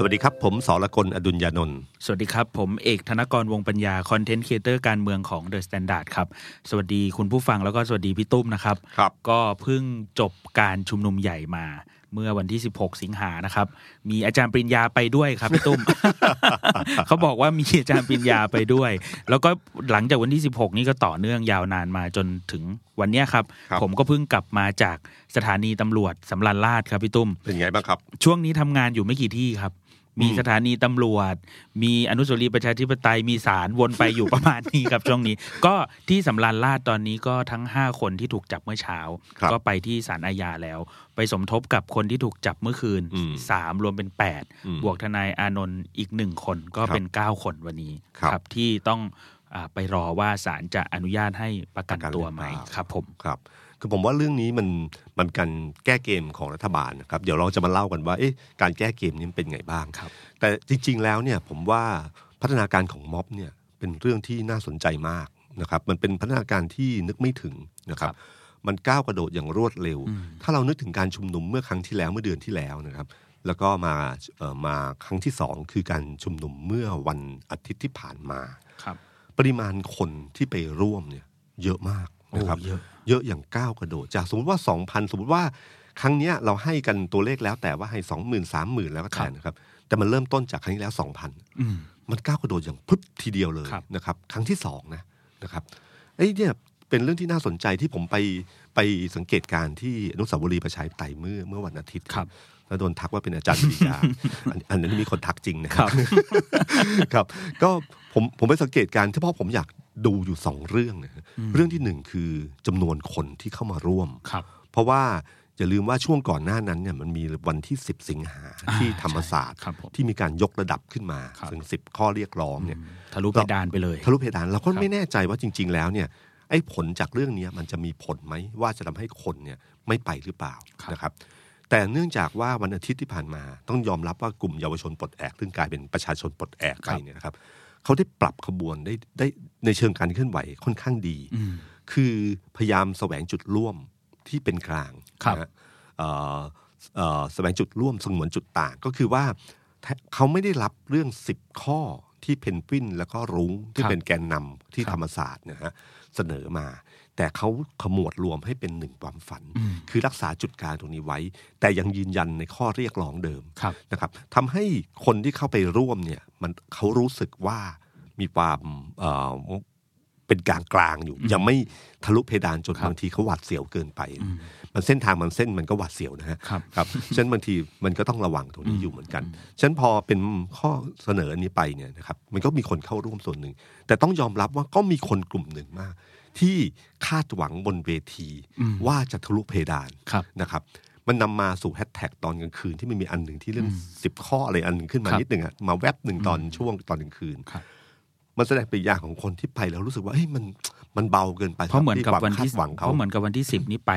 สวัสดีครับ ผมสอละคนอดุญญานนท์ สวัสดีครับ ผมเอกธนกรวงปัญญาคอนเทนต์ครีเอเตอร์การเมืองของ The Standard ครับ สวัสดีคุณผู้ฟังแล้วก็สวัสดีพี่ตุ้มนะครับ ครับ ก็เพิ่งจบการชุมนุมใหญ่มาเมื่อวันที่ 16 สิงหานะครับ มีอาจารย์ปริญญาไปด้วยครับพี่ตุ้ ม เขาบอกว่ามีอาจารย์ปริญญาไปด้วย แล้วก็หลังจากวันที่ 16 นี้ก็ต่อเนื่องยาวนานมาจนถึงวันเนี้ยครับ ครับ ผมก็เพิ่งกลับมาจากสถานีตำรวจสำรันราชครับพี่ตุ้ม เป็นไงบ้างครับ ช่วงนี้ทำงานอยู่ไม่กี่ที่ครับ มีสถานีตำรวจ มีอนุสาวรีย์ประชาธิปไตย มีศาลวนไปอยู่ ประมาณนี้ ครับช่วงนี้ ก็ที่สำราญราชตอนนี้ก็ทั้ง 5 คนที่ถูกจับเมื่อเช้า ครับ ก็ไปที่ศาลอาญาแล้ว ไปสมทบกับคนที่ถูกจับเมื่อคืน อืม 3 รวมเป็น อืม 8 บวกทนายอานนท์อีก 1 คนก็เป็น 9 คนวันนี้ ครับ ที่ต้องอาไปรอว่าศาลจะอนุญาตให้ประกันตัวไหมครับผม ครับ คือผมว่าเรื่องนี้มันมันการแก้เกมของรัฐบาลนะครับ เดี๋ยวเราจะมาเล่ากันว่าเอ๊ะการแก้เกมนี้มันเป็นไงบ้าง ครับ แต่จริงๆ แล้วเนี่ยผมว่าพัฒนาการของม็อบเนี่ยเป็นเรื่องที่น่าสนใจมากนะครับมันเป็นพัฒนาการที่นึกไม่ถึงนะครับมันก้าวกระโดดอย่างรวดเร็ว ถ้าเรานึกถึงการชุมนุมเมื่อครั้งที่แล้วเมื่อเดือนที่แล้วนะครับ แล้วก็มาเอ่อมาครั้งที่สองคือการชุมนุมเมื่อวันอาทิตย์ที่ผ่านมา ครับ ปริมาณคนที่ไปร่วมเนี่ยเยอะมากนะครับ โอ้เยอะ เยอะอย่างก้าวกระโดดจากสมมติว่า 2,000 สมมติว่าครั้งเนี้ยเราให้กันตัวเลขแล้วแต่ว่าให้ 20,000 30,000 แล้วก็แต่นะครับ แต่มันเริ่มต้นจากครั้งที่แล้ว 2,000 อืม มันก้าวกระโดดอย่างพรึบทีเดียวเลย ครับ นะครับ ครั้งที่สองนะนะครับไอ้ยเนี่ยเป็นเรื่องที่น่าสนใจที่ผมไปไปสังเกตการณ์ที่อนุสาวรีย์ประชาธิปไตยเมื่อเมื่อวันอาทิตย์ ครับ แล้วโดนทักว่าเป็นอาจารย์ปริญญา อันอันนั้นมีคนทักจริงนะครับ ครับ ก็ผมผมไปสังเกตการณ์เฉพาะผมอยากดูอยู่สองเรื่องนะเรื่องที่หนึ่งคือจำนวนคนที่เข้ามาร่วม ครับ เพราะว่าอย่าลืมว่าช่วงก่อนหน้านั้นเนี่ยมันมีวันที่ 10 สิงหา อ่า ที่ธรรมศาสตร์ ใช่ครับผม ที่มีการยกระดับขึ้นมา ครับ ถึง 10 ข้อเรียกร้องเนี่ย ทะลุเพดานไปเลย ทะลุเพดานเราก็ไม่แน่ใจว่าจริง ๆ แล้วเนี่ยไอ้ผลจากเรื่องเนี้ยมันจะมีผลไหมว่าจะทำให้คนเนี่ยไม่ไปหรือเปล่า ครับ นะครับ แต่เนื่องจากว่าวันอาทิตย์ที่ผ่านมา ต้องยอมรับว่ากลุ่มเยาวชนปลดแอกซึ่งกลายเป็นประชาชนปลดแอกไปเนี่ยนะครับเขาได้ปรับขบวนได้ได้ในเชิงการเคลื่อนไหวค่อนข้างดี อืม คือพยายามแสวงจุดร่วมที่เป็นกลาง ครับ นะฮะเอ่อเอ่อแสวงจุดร่วมสงวนจุดต่าง ก็คือว่าเขาไม่ได้รับเรื่อง 10 ข้อที่เพนกวินแล้วก็รุ้งที่ ครับ เป็นแกนนำที่ ครับ ธรรมศาสตร์นะฮะเสนอมา แต่เขาขมวดรวมให้เป็นหนึ่งความฝัน อืม คือรักษาจุดกลางตรงนี้ไว้ แต่ยังยืนยันในข้อเรียกร้องเดิม ครับ นะครับทำให้คนที่เข้าไปร่วมเนี่ยมันเขารู้สึกว่ามีความเอ่อเป็นกลางกลางๆอยู่ ยังไม่ทะลุเพดานจน ครับ บางทีเขาหวาดเสียวเกินไป มันเส้นทางมันเส้นมันก็หวาดเสียวนะฮะ ครับ ครับ ฉะนั้นบางทีมันก็ต้องระวังตรงนี้อยู่เหมือนกัน ฉะนั้นพอเป็นข้อเสนออันนี้ไปเนี่ยนะครับมันก็มีคนเข้าร่วมส่วนหนึ่ง แต่ต้องยอมรับว่าก็มีคนกลุ่มหนึ่งมาก ที่คาดหวังบนเวที ว่าจะทะลุเพดาน ครับ นะครับมันนำมาสู่แฮชแท็กตอนกลางคืนที่มันมีอันหนึ่งที่เรื่องสิบข้ออะไรอันหนึ่งขึ้นมา ครับ นิดหนึ่งอะมาแวบหนึ่งตอนช่วงตอนกลางคืน ครับ มันแสดงปฏิกิริยาของคนที่ไปแล้วรู้สึกว่าเฮ้ยมันมันเบาเกินไป เพราะเหมือนกับ สำห วัน รับคา ที่ ดหวังเขา เพราะเหมือนกับวันที่สิบนี้ไป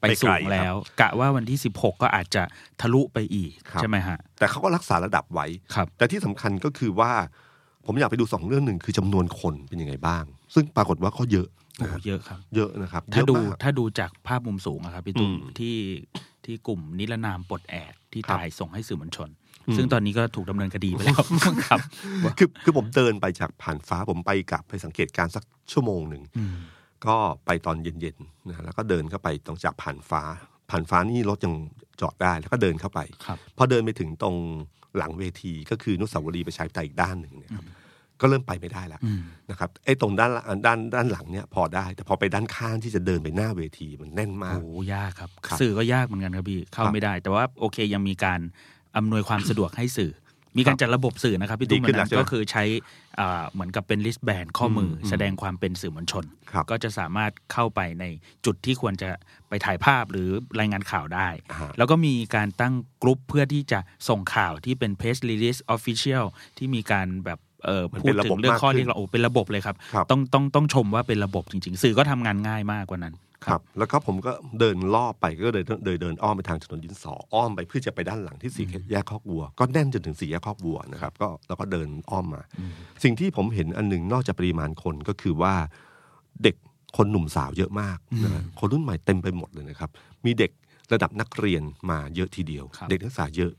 ไป ไปไกล สูงแล้ว กะว่าวันที่สิบหกก็อาจจะทะลุไปอีก ครับ ใช่ไหมฮะ แต่เขาก็รักษาระดับไว้ ครับ แต่ที่สำคัญก็คือว่า ผมอยากไปดูสองเรื่องหนึ่งคือจำนวนคนเป็นยังไงบ้าง ซึ่งปรากฏว่าก็เยอะ โอ้ นะคโหรับ เยอะครับ เยอะนะครับ ถ้า เยอะ ดู มาก ถ้าดูจากภาพมุมสูงอะครับพี่ตุ้ม อืม ที่ที่กลุ่มนิรนามปลดแอกที่ ครับ ถ่ายส่งให้สื่อมวลชน อืม ซึ่งตอนนี้ก็ถูกดำเนินคดีไปแล้ว ครับ คือคือผมเดินไปจากผ่านฟ้าผมไปกลับไปสังเกตการณ์สักชั่วโมงหนึ่ง อืม ก็ไปตอนเย็นๆนะแล้วก็เดินเข้าไปตรงจากผ่านฟ้า ผ่านฟ้านี่รถยังจอดได้แล้วก็เดินเข้าไป ครับ พอเดินไปถึงตรงหลังเวทีก็คืออนุสาวรีย์ประชาธิปไตยอีกด้านหนึ่งเนี่ยครับก็เริ่มไปไม่ได้แล้ว อืม นะครับไอ้ตรงด้านหลังด้านด้านหลังเนี่ยพอได้ แต่พอไปด้านข้างที่จะเดินไปหน้าเวทีมันแน่นมาก โอ้ยากครับ ครับ สื่อก็ยากเหมือนกันครับพี่เข้า ครับ ไม่ได้ แต่ว่าโอเคยังมีการอำนวยความสะดวกให้สื่อ มีการจัดระบบสื่อนะครับพี่ตุ้ม ดีขึ้นแล้ว นะ ใช่ไหม ก็คือใช้อ่าเหมือนกับเป็นลิสแบนข้อมืออ ม แสดงความเป็นสื่อมวลชน ครับ ก็จะสามารถเข้าไปในจุดที่ควรจะไปถ่ายภาพหรือรายงานข่าวได้ ฮะ แล้วก็มีการตั้งกรุ๊ปเพื่อที่จะส่งข่าวที่เป็น Press Release Official ที่มีการแบบเอ่อ มัน พู เป็ ด นระ ถึ บบ งเรื่องข้อ มากขึ้น เรียกร้องโอ้เป็นระบบเลยครับ ครับ ต้องต้องต้องชมว่าเป็นระบบจริง ๆ สื่อก็ทำงานง่ายมากกว่านั้น ครับ แล้วก็ผมก็เดินล่อไปก็เดินเดินเดินอ้อมไปทางถนนยินสออ้อมไปเพื่อจะไปด้านหลังที่สี่แยกคอกวัว ก็แน่นจนถึงสี่แยกคอกวัวนะครับ ก็แล้วก็เดินอ้อมมา สิ่งที่ผมเห็นอันหนึ่งนอกจากปริมาณคนก็คือว่าเด็กคนหนุ่มสาวเยอะมากนะฮะคนรุ่นใหม่เต็มไปหมดเลยนะครับ มีเด็กระดับนักเรียนมาเยอะทีเดียว ครับ เด็กนักศึกษาเยอะ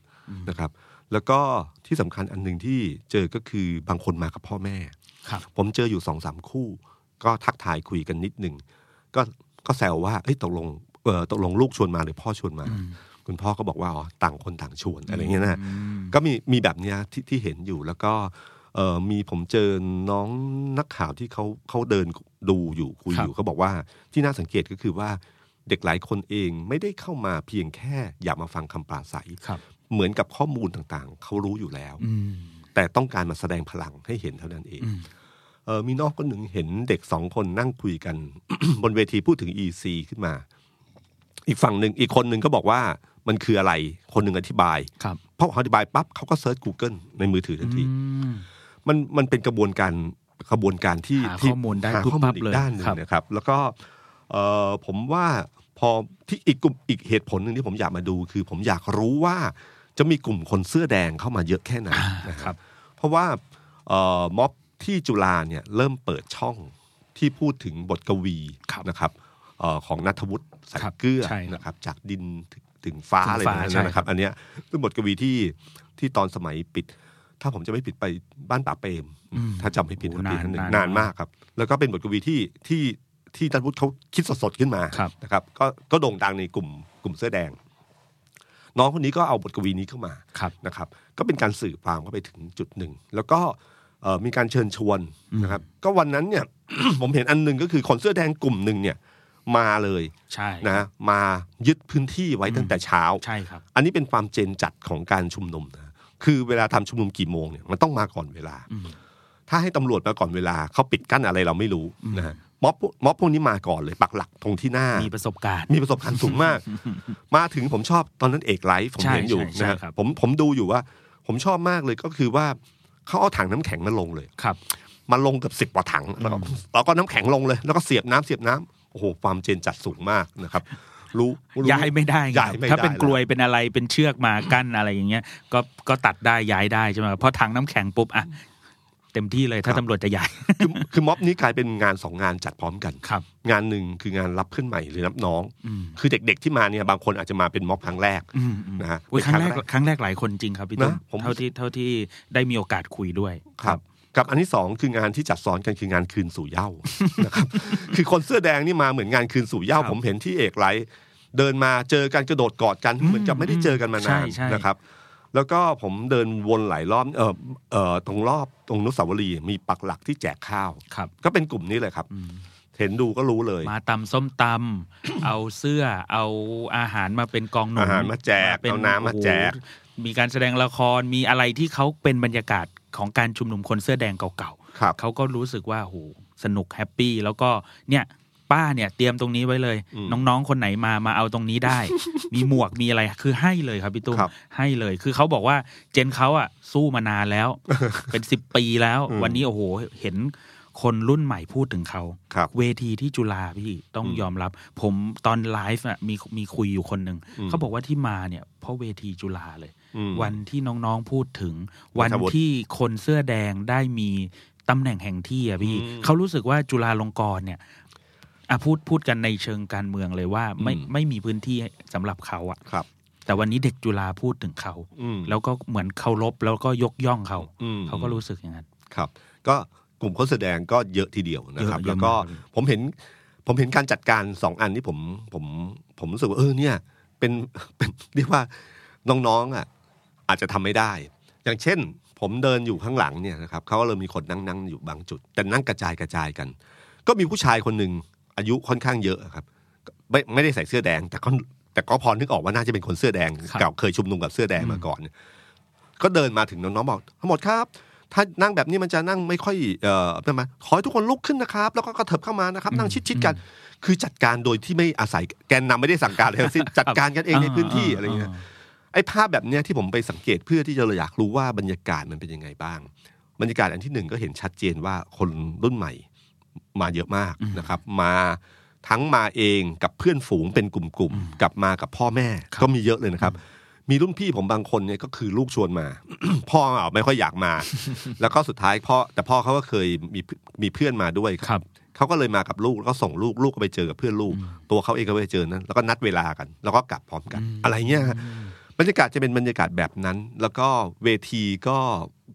นะครับ แล้วก็ที่สำคัญอันหนึ่งที่เจอก็คือบางคนมากับพ่อแม่ ครับ ผมเจออยู่สองสามคู่ ก็ทักทายคุยกันนิดหนึ่งก็ก็แซวว่าเอ้ยตกลงเออตกลงลูกชวนมาหรือพ่อชวนมา คุณพ่อก็บอกว่าอ๋อต่างคนต่างชวนอะไรเงี้ยนะก็มีมีแบบเนี้ยที่ที่เห็นอยู่แล้วก็เออมีผมเจอน้องนักข่าวที่เขาเขาเดินดูอยู่คุย ครัอบยู่เขาบอกว่าที่น่าสังเกตก็คือว่าเด็กหลายคนเองไม่ได้เข้ามาเพียงแค่อยากมาฟังคำปราศัย ครับ เหมือนกับข้อมูลต่างๆ เขารู้อยู่แล้ว อืม แต่ต้องการมาแสดงพลังให้เห็นเท่านั้นเอง เออมีน้องคนหนึ่งเห็นเด็กสองคนนั่งคุยกัน บนเวทีพูดถึง EC ขึ้นมา อีกฝั่งหนึ่งอีกคนหนึ่งก็บอกว่ามันคืออะไร คนหนึ่งอธิบาย ครับ พออธิบายปั๊บเขาก็เซิร์ช Google ในมือถือทันที อืม มันมันเป็นกระบวนการกระบวนการที่ หา ที่ ข้อมูลได้ หาข้อมูลปุ๊บปั๊บ อี เล ก ย ด้านหนึ่ง ครับ นะครับ แล้วก็เอ่อผมว่าพอที่อีกกลุ่มอีกเหตุผลหนึ่งที่ผมอยากมาดู คือผมอยากรู้ว่าจะมีกลุ่มคนเสื้อแดงเข้ามาเยอะแค่ไหนนะค ครับ รับ เพราะว่าเอ่อม็อบที่จุฬาเนี่ยเริ่มเปิดช่องที่พูดถึงบทกวี ครับ นะครับเอ่อของนัทวุฒิสาย ครับ เกลือ ใช่ครับ นะครับจากดินถึงถึงฟ้า ถึง อะไร ฟ้า แบบ ใช่ นั้น คนะครับรับ อันเนี้ยเป็นบทกวีที่ที่ตอนสมัยปิด ถ้าผมจะไม่ผิดไปบ้านป่าเปรมถ้าจำไม่ผิด โอ้ นะปี นาน หนึ่ง นาน นานมากครับ แล้วก็เป็นบทกวีที่ที่ที่นัทวุฒิเขาคิดสดๆขึ้นมา ครับ นะครับก็ก็โด่งดังในกลุ่มกลุ่มเสื้อแดง น้องคนนี้ก็เอาบทกวีนี้เข้ามา ครับ นะครับก็เป็นการสื่อความเข้าไปถึงจุดหนึ่ง แล้วก็เอ่อมีการเชิญชวนนะครับก็วันนั้นเนี่ย ผมเห็นอันหนึ่งก็คือคนเสื้อแดงกลุ่มหนึ่งเนี่ยมาเลย ใช่ นะมายึดพื้นที่ไว้ตั้งแต่เช้า ใช่ครับ อันนี้เป็นความเจนจัดของการชุมนุมนะคือเวลาทำชุมนุมกี่โมงเนี่ยมันต้องมาก่อนเวลา ถ้าให้ตำรวจมาก่อนเวลาเขาปิดกั้นอะไรเราไม่รู้นะฮะม็อบพวกม็อบพวกนี้มาก่อนเลยปักหลักตรงที่หน้า มีประสบการณ์ มีประสบการณ์สูง มาก มาถึงผมชอบตอนนั้นเอกไลฟ์ผม ใช่ เห็นอยู่ ใช่ นะฮะ ใช่ครับ ผมผมดูอยู่ว่า ผมชอบมากเลยก็คือว่าเขาเอาถังน้ำแข็งมาลงเลย ครับ มาลงเกือบสิบ10กว่าถังแล้วก็แล้วก็น้ำแข็งลงเลย แล้วก็เสียบน้ำเสียบน้ำโอ้โหความเจนจัดสูงมากนะครับ รู้รู้ ย้ายไม่ได้ไง ย้ายไม่ได้ ถ้าเป็นกลวย แ เป็นอะไรเป็นเชือกมากั้นอะไรอย่างเงี้ย ก็ก็ตัดได้ย้ายได้ใช่ไหมเพราะถังน้ำแข็งปุ๊บอ่ะเต็มที่เลยถ้าตำรวจจะย้าย ล้วคือคือม็อบนี้กลายเป็นงานสองงานจัดพร้อมกัน ครับ งานหนึ่งคืองานรับเพื่อนใหม่หรือรับน้อง คือเด็กๆที่มาเนี่ยบางคนอาจจะมาเป็นม็อบครั้งแรก อืมอืม นะฮะ อุ๊ย เป็ คน รั้งแรกครั้งแรกหลายคนจริงครับพี่ตุ้ม นะผม เท่าที่เท่าที่ได้มีโอกาสคุยด้วย ครับกับอันที่สองคืองานที่จัดซ้อนกันคืองานคืนสู่เหย้า นะครับคือคนเสื้อแดงนี่มาเหมือนงานคืนสู่เหย้า ครับ ผมเห็นที่เอกไลท์เดินมาเจอกันกระโดดกอดกันเหมือนจะไม่ได้เจอกันมา ใช่ นาน ใช่ นะครับ แล้วก็ผมเดินวนหลายรอบเออเออตรงรอบตรงอนุสาวรีย์มีปักหลักที่แจกข้าว ครับ ก็เป็นกลุ่มนี้เลยครับ เห็นดูก็รู้เลย มาตำส้มต ำ เอาเสื้อเอาอาหารมาเป็นกองหนุน อาหารมาแจก ป็ เอาน้ำมาแจก โอ้โหมีการแสดงละครมีอะไรที่เขาเป็นบรรยากาศของการชุมนุมคนเสื้อแดงเก่า ครับ ๆเขาก็รู้สึกว่าโหสนุกแฮปปี้แล้วก็เนี่ยป้าเนี่ยเตรียมตรงนี้ไว้เลย อืม น้องๆคนไหนมามาเอาตรงนี้ ได้ มีหมวกมีอะไรคือให้เลยครับพี่ตุ้ม ครับ ให้เลยคือเขาบอกว่าเจนเขาอ่ะสู้มานาน แล้ว เป็นสิบปีแล้ว อืม วันนี้โอ้โหเห็นคนรุ่นใหม่พูดถึงเขา ครับ เวทีที่จุฬาพี่ต้อง อืม ยอมรับ ผมตอนไลฟ์อ่ะมีมีคุยอยู่คนหนึ่ง อืม เขาบอกว่าที่มาเนี่ย เพราะเวทีจุฬาเลย อืม วันที่น้องๆพูดถึง วัน นัทวุฒิ ที่คนเสื้อแดงได้มีตำแหน่งแห่งที่อ่ะพี่ อืม เขารู้สึกว่าจุฬาลงกรณ์เนี่ยอ่ะพูดพูดกันในเชิงการเมืองเลยว่า ไม่ อืม ไม่มีพื้นที่สำหรับเขาอ่ะ ครับ แต่วันนี้เด็กจุฬาพูดถึงเขา อืม แล้วก็เหมือนเคารพแล้วก็ยกย่องเขา อืม เขาก็รู้สึกอย่างนั้น ครับก็กลุ่มคนแสดงก็เยอะทีเดียวนะครับ เยอะเยอะ แล้วก็ มากเลย ผมเห็นผมเห็นการจัดการสองอันที่ผมผมผมรู้สึกว่าเออเนี่ยเป็นเป็นเรียกว่าน้องๆอ่ะอาจจะทำไม่ได้ อย่างเช่น ผมเดินอยู่ข้างหลังเนี่ยนะครับเขาก็เริ่มมีคนนั่งนั่งอยู่บางจุด แต่นั่งกระจายกระจายกัน ก็มีผู้ชายคนหนึ่งอายุค่อนข้างเยอะครับไม่ไม่ได้ใส่เสื้อแดง แต่ก็แต่ก็พอนึกออกว่าน่าจะเป็นคนเสื้อแดง ครับ เก่าเคยชุมนุมกับเสื้อแดงมาก่อน ก็เดินมาถึงน้องๆบอกทั้งหมดครับ ถ้านั่งแบบนี้มันจะนั่งไม่ค่อยเอ่อทำไมขอให้ทุกคนลุกขึ้นนะครับ แล้วก็กระเถิบเข้ามานะครับ นั่งชิดๆกัน คือจัดการโดยที่ไม่อาศัยแกนนำไม่ได้สั่งการอะไรทั้งสิ้นจัดการกันเองในพื้นที่อะไรอย่างเงี้ย ไอ้ภาพแบบเนี้ยที่ผมไปสังเกตเพื่อที่จะอยากรู้ว่าบรรยากาศมันเป็นยังไงบ้าง บรรยากาศอันที่หนึ่งก็เห็นชัดเจนว่าคนรุ่นใหม่มาเยอะมากนะครับ มา ทั้งมาเองกับเพื่อนฝูงเป็นกลุ่มๆกลับมากับพ่อแม่ก็มีเยอะเลยนะครับ มีรุ่นพี่ผมบางคนเนี่ยก็คือลูกชวนมา พ่อเอาไม่ค่อยอยาก มา แล้วก็สุดท้ายพ่อแต่พ่อเขาก็เคยมีมีเพื่อนมาด้วย ครับ เขาก็เลยมากับลูกแล้วก็ส่งลูกลูกก็ไปเจอกับเพื่อนลูก ตัวเขาเองก็ไปเจอนั้นแล้วก็นัดเวลากัน แล้วก็กลับพร้อมกัน อะไรเงี้ยฮะบรรยากาศจะเป็นบรรยากาศแบบนั้น แล้วก็เวทีก็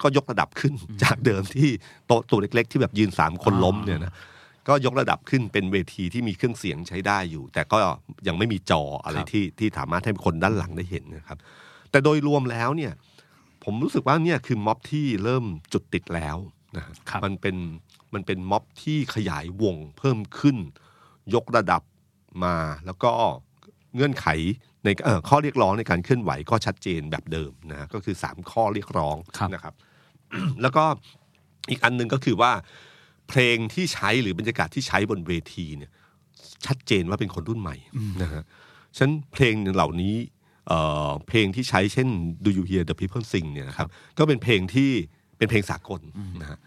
ก็ยกระดับขึ้นจากเดิมที่โต๊ะตัวเล็ก ๆ ที่แบบยืนสามคนล้มเนี่ยนะ ก็ยกระดับขึ้นเป็นเวทีที่มีเครื่องเสียงใช้ได้อยู่ แต่ก็ยังไม่มีจออะไร ครับ ที่ที่สามารถให้คนด้านหลังได้เห็นนะครับ แต่โดยรวมแล้วเนี่ย ผมรู้สึกว่าเนี่ยคือม็อบที่เริ่มจุดติดแล้วนะฮะ ครับ มันเป็นมันเป็นม็อบที่ขยายวงเพิ่มขึ้น ยกระดับมาแล้วก็เงื่อนไขในเอ่อข้อเรียกร้องในการเคลื่อนไหวก็ชัดเจนแบบเดิมนะฮะก็คือ 3 ข้อเรียกร้อง ครับ นะครับ แล้วก็อีกอันหนึ่งก็คือว่า เพลงที่ใช้หรือบรรยากาศที่ใช้บนเวทีเนี่ยชัดเจนว่าเป็นคนรุ่นใหม่นะฮะฉะนั้นเพลงเหล่านี้เอ่อเพลงที่ใช้เช่น Do You Hear the People Sing เนี่ยนะครับก็เป็นเพลงที่เป็นเพลงสากลนะฮะ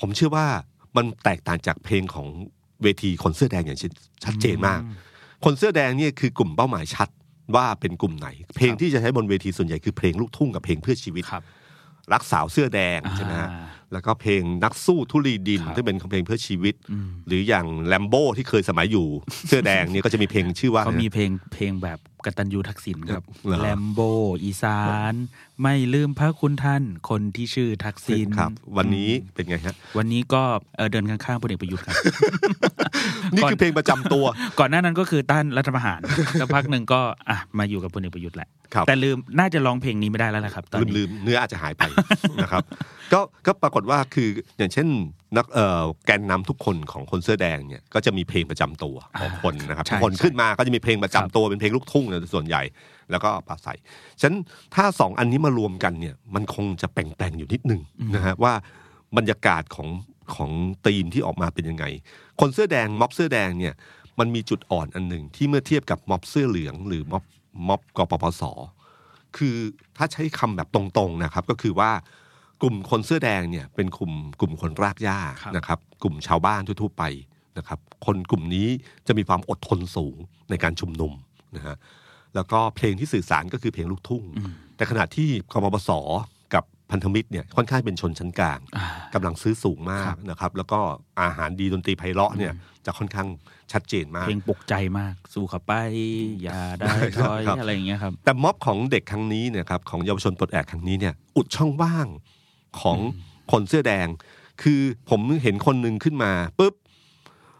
ผมเชื่อว่ามันแตกต่างจากเพลงของเวทีคนเสื้อแดงอย่างชัดเจนมาก คนเสื้อแดงเนี่ยคือกลุ่มเป้าหมายชัดว่าเป็นกลุ่มไหน เพลงที่จะใช้บนเวทีส่วนใหญ่คือเพลงลูกทุ่งกับเพลงเพื่อชีวิต ครับ รักสาวเสื้อแดง อ่า ใช่ไหมฮะแล้วก็เพลงนักสู้ทุลีดิน ครับ ที่เป็นเพลงเพื่อชีวิต หรืออย่างแลมโบ้ที่เคยสมัยอยู่ เสื้อแดง เนี่ยก็จะมีเพลงชื่อว่า เขามีเพลงเพลงแบบกตัญญูทักษิณครับ เหรอ แลมโบ อีสาน ไม่ลืมพระคุณท่าน คนที่ชื่อทักษิณ ครับ วันนี้เป็นไงฮะ วันนี้ก็เอ่อเดินข้างๆพลเอกประยุทธ์ครับ นี่คือเพลงประจำตัว ก่อนหน้านั้นก็คือต้านรัฐประ หาร สักพักหนึ่งก็อ่ะมาอยู่กับพลเอกประยุทธ์แหละ ครับ แต่ลืมน่าจะร้องเพลงนี้ไม่ได้แล้วนะครับ ตอน ลืม นี้ ลืมเนื้ออาจจะหาย ไป นะครับก็ก็ปรากฏว่าคืออย่างเช่นนักเอ่อแกนนำทุกคนของคนเสื้อแดงเนี่ยก็จะมีเพลงประจำตัวของคนนะครับ ใช่ ทุกคน ใช่ ขึ้นมาก็จะมีเพลงประจำ ครับ ตัวเป็นเพลงลูกทุ่งเนี่ยส่วนใหญ่แล้วก็ปราศัยฉะนั้นถ้าสองอันนี้มารวมกันเนี่ยมันคงจะแปลงๆอยู่นิดนึงนะฮะว่าบรรยากาศของของธีมที่ออกมาเป็นยังไง คนเสื้อแดงม็อบเสื้อแดงเนี่ยมันมีจุดอ่อนอันหนึ่งที่เมื่อเทียบกับม็อบเสื้อเหลืองหรือม็อบม็อบกปปส คือถ้าใช้คำแบบตรงๆนะครับ ก็คือว่ากลุ่มคนเสื้อแดงเนี่ยเป็นกลุ่มกลุ่มคนรากหญ้า ครับ นะครับ กลุ่มชาวบ้านทั่วๆไปนะครับ คนกลุ่มนี้จะมีความอดทนสูงในการชุมนุมนะฮะแล้วก็เพลงที่สื่อสารก็คือเพลงลูกทุ่ง แต่ขณะที่คอมปสกับพันธมิตรเนี่ยค่อนข้างเป็นชนชั้นกลาง อ่า กำลังซื้อสูงมากนะครับ แล้วก็อาหารดีดนตรีไพเราะเนี่ยจะค่อนข้างชัดเจนมาก เพลงปลุกใจมาก สู้ขับไป อย่าได้ถอย ครับ อะไรอย่างเงี้ยครับ แต่ม็อบของเด็กครั้งนี้เนี่ยครับของเยาวชนปลดแอกครั้งนี้เนี่ยอุดช่องว่างของคนเสื้อแดง คือผมเห็นคนหนึ่งขึ้นมาปุ๊บ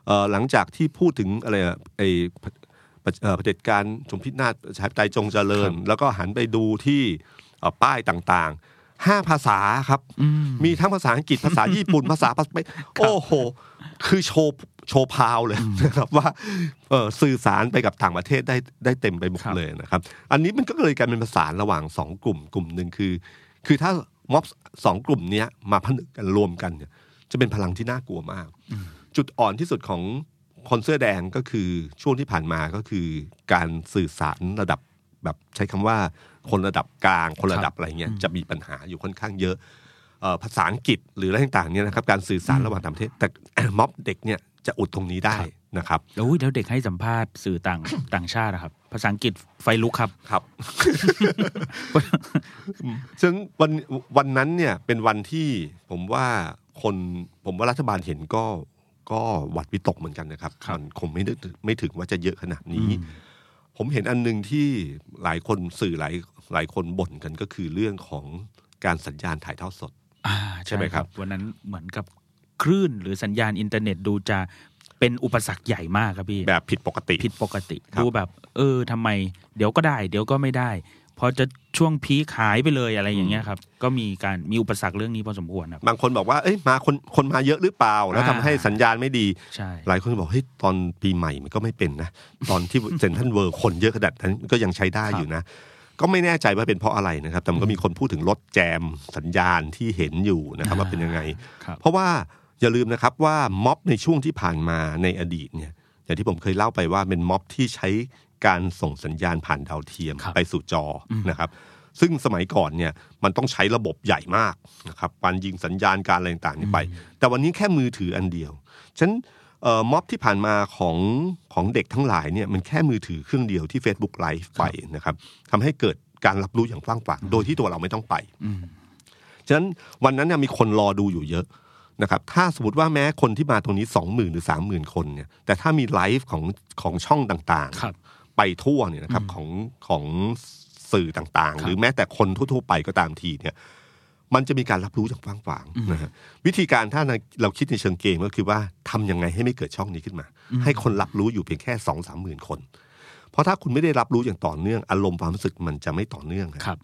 เอ่อหลังจากที่พูดถึงอะไรอะไอประเอ่อเผด็จการจงพินาศประชาธิปไตยจงเจริญ แล้วก็หันไปดูที่เอ่อป้ายต่างๆห้าภาษาครับ มีทั้งภาษาอังกฤษภาษาญี่ปุ่น ภาษาภาษาไปโอ้โห คือโชว์โชว์พาวเลยนะครับว่าเอ่อสื่อสารไปกับต่างประเทศได้ได้เต็มไปหมด ครับ เลยนะครับ อันนี้มันก็เลยกลายเป็นภาษานระหว่างสองกลุ่มกลุ่มหนึ่งคือ คือถ้าม็อบสองกลุ่มเนี้ยมาผนึกกันรวมกันเนี่ยจะเป็นพลังที่น่ากลัวมาก จุดอ่อนที่สุดของคนเสื้อแดงก็คือช่วงที่ผ่านมาก็คือการสื่อสารระดับแบบใช้คำว่าคนระดับกลางคนระดับอะไรเงี้ยจะมีปัญหาอยู่ค่อนข้างเยอะ เอ่อภาษาอังกฤษหรืออะไรต่างๆเนี่ยนะครับการสื่อสารระหว่างต่างประเทศ แต่ม็อบเด็กเนี่ยจะอุดตรงนี้ได้นะครับ โอ้ยแล้วเด็กให้สัมภาษณ์สื่อต่าง ต่างชาติอะครับ ภาษาอังกฤษไฟลุกครับ ครับ ซึ่งวันวันนั้นเนี่ยเป็นวันที่ผมว่าคนผมว่ารัฐบาลเห็นก็ก็หวัดวิตกเหมือนกันนะครับ ครับ มันคงไม่นึกไม่ถึงว่าจะเยอะขนาดนี้ ผมเห็นอันหนึ่งที่หลายคนสื่อหลายหลายคนบ่นกันก็คือเรื่องของการสัญญาณถ่ายทอดสด า ใช่ไหมครับ วันนั้นเหมือนกับคลื่นหรือสัญญาณอินเทอร์เน็ตดูจะเป็นอุปสรรคใหญ่มากครับพี่ แบบผิดปกติ ผิดปกติ ครับ ดูแบบ เออทำไม เดี๋ยวก็ได้ เดี๋ยวก็ไม่ได้ พอจะช่วงพีคหายไปเลยอะไรอย่างเงี้ยครับ ก็มีการมีอุปสรรคเรื่องนี้พอสมควรครับ บางคนบอกว่าเอ้ยมาคนคนมาเยอะหรือเปล่า แล้วทำให้สัญญาณไม่ดี ใช่ หลายคนบอกเฮ้ยตอนปีใหม่มันก็ไม่เป็นนะ ตอนที่เซนทรันเวิร์คนเยอะขนาดนั้นก็ยังใช้ได้อยู่นะ ก็ไม่แน่ใจว่าเป็นเพราะอะไรนะครับ แต่มันก็มีคนพูดถึงรถแจมสัญญาณที่เห็นอยู่นะครับ ว่าเป็นยังไง ครับ เพราะว่าอย่าลืมนะครับว่าม็อบในช่วงที่ผ่านมาในอดีตเนี่ยอย่างที่ผมเคยเล่าไปว่าเป็นม็อบที่ใช้การส่งสัญญาณผ่านดาวเทียม ครับ ไปสู่จอนะครับ ซึ่งสมัยก่อนเนี่ยมันต้องใช้ระบบใหญ่มากนะครับการยิงสัญญาณการอะไรต่างๆนี่ไป แต่วันนี้แค่มือถืออันเดียวฉะนัน เอ่อม็อบที่ผ่านมาของของเด็กทั้งหลายเนี่ยมันแค่มือถือเครื่องเดียวที่ Facebook Live ไปนะครับทำให้เกิดการรับรู้อย่างกว้างขวางโดยที่ตัวเราไม่ต้องไป อืม ฉะนั้นวันนั้นเนี่ยมีคนรอดูอยู่เยอะนะครับ ถ้าสมมติว่าแม้คนที่มาตรงนี้สองหมื่นหรือสามหมื่นคนเนี่ย แต่ถ้ามีไลฟ์ของของช่องต่าง ครับ ๆ ไปทั่วเนี่ยนะครับของของสื่อต่างๆครับ หรือแม้แต่คนทั่วๆไปก็ตามทีเนี่ย มันจะมีการรับรู้จากกว้างขวางนะฮะวิธีการถ้าเราคิดในเชิงเกมก็คือว่าทำยังไงให้ไม่เกิดช่องนี้ขึ้นมา ให้คนรับรู้อยู่เพียงแค่สองสามหมื่นคน เพราะถ้าคุณไม่ได้รับรู้อย่างต่อเนื่องอารมณ์ความรู้สึกมันจะไม่ต่อเนื่องฮะ ครับ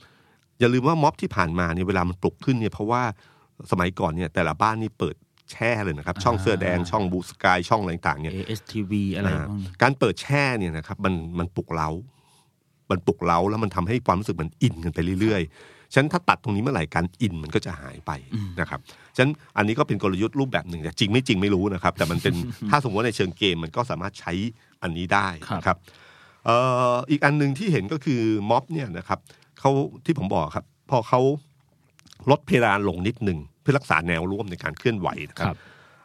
อย่าลืมว่าม็อบที่ผ่านมาเนี่ยเวลามันปลุกขึ้นเนี่ยเพราะว่าสมัยก่อนเนี่ยแต่ละบ้านนี่เปิดแช่เลยนะครับ ช่องเสื้อแดงช่องบูสกายช่องอะไรต่างๆเนี่ย ASTV อะไร อ่า พวกนี้ การเปิดแช่เนี่ยนะครับมันมันปลุกเร้า มันปลุกเร้าแล้วมันทำให้ความรู้สึกมันอินกันไปเรื่อยๆฉะนั้นถ้าตัดตรงนี้เมื่อไหร่การอินมันก็จะหายไปนะครับฉะนั้นอันนี้ก็เป็นกลยุทธ์รูปแบบหนึ่งแต่จริงไม่จริงไม่รู้นะครับ แต่มัน เป็น ถ้าสมมติว่าในเชิงเกมมันก็สามารถใช้อันนี้ได้นะครับเอ่ออีกอันหนึ่งที่เห็นก็คือม็อบเนี่ยนะครับเขาที่ผมบอกครับ พอเขาลดเพดานลงนิดหนึ่งเพื่อรักษาแนวร่วมในการเคลื่อนไหวนะค ครับ รับ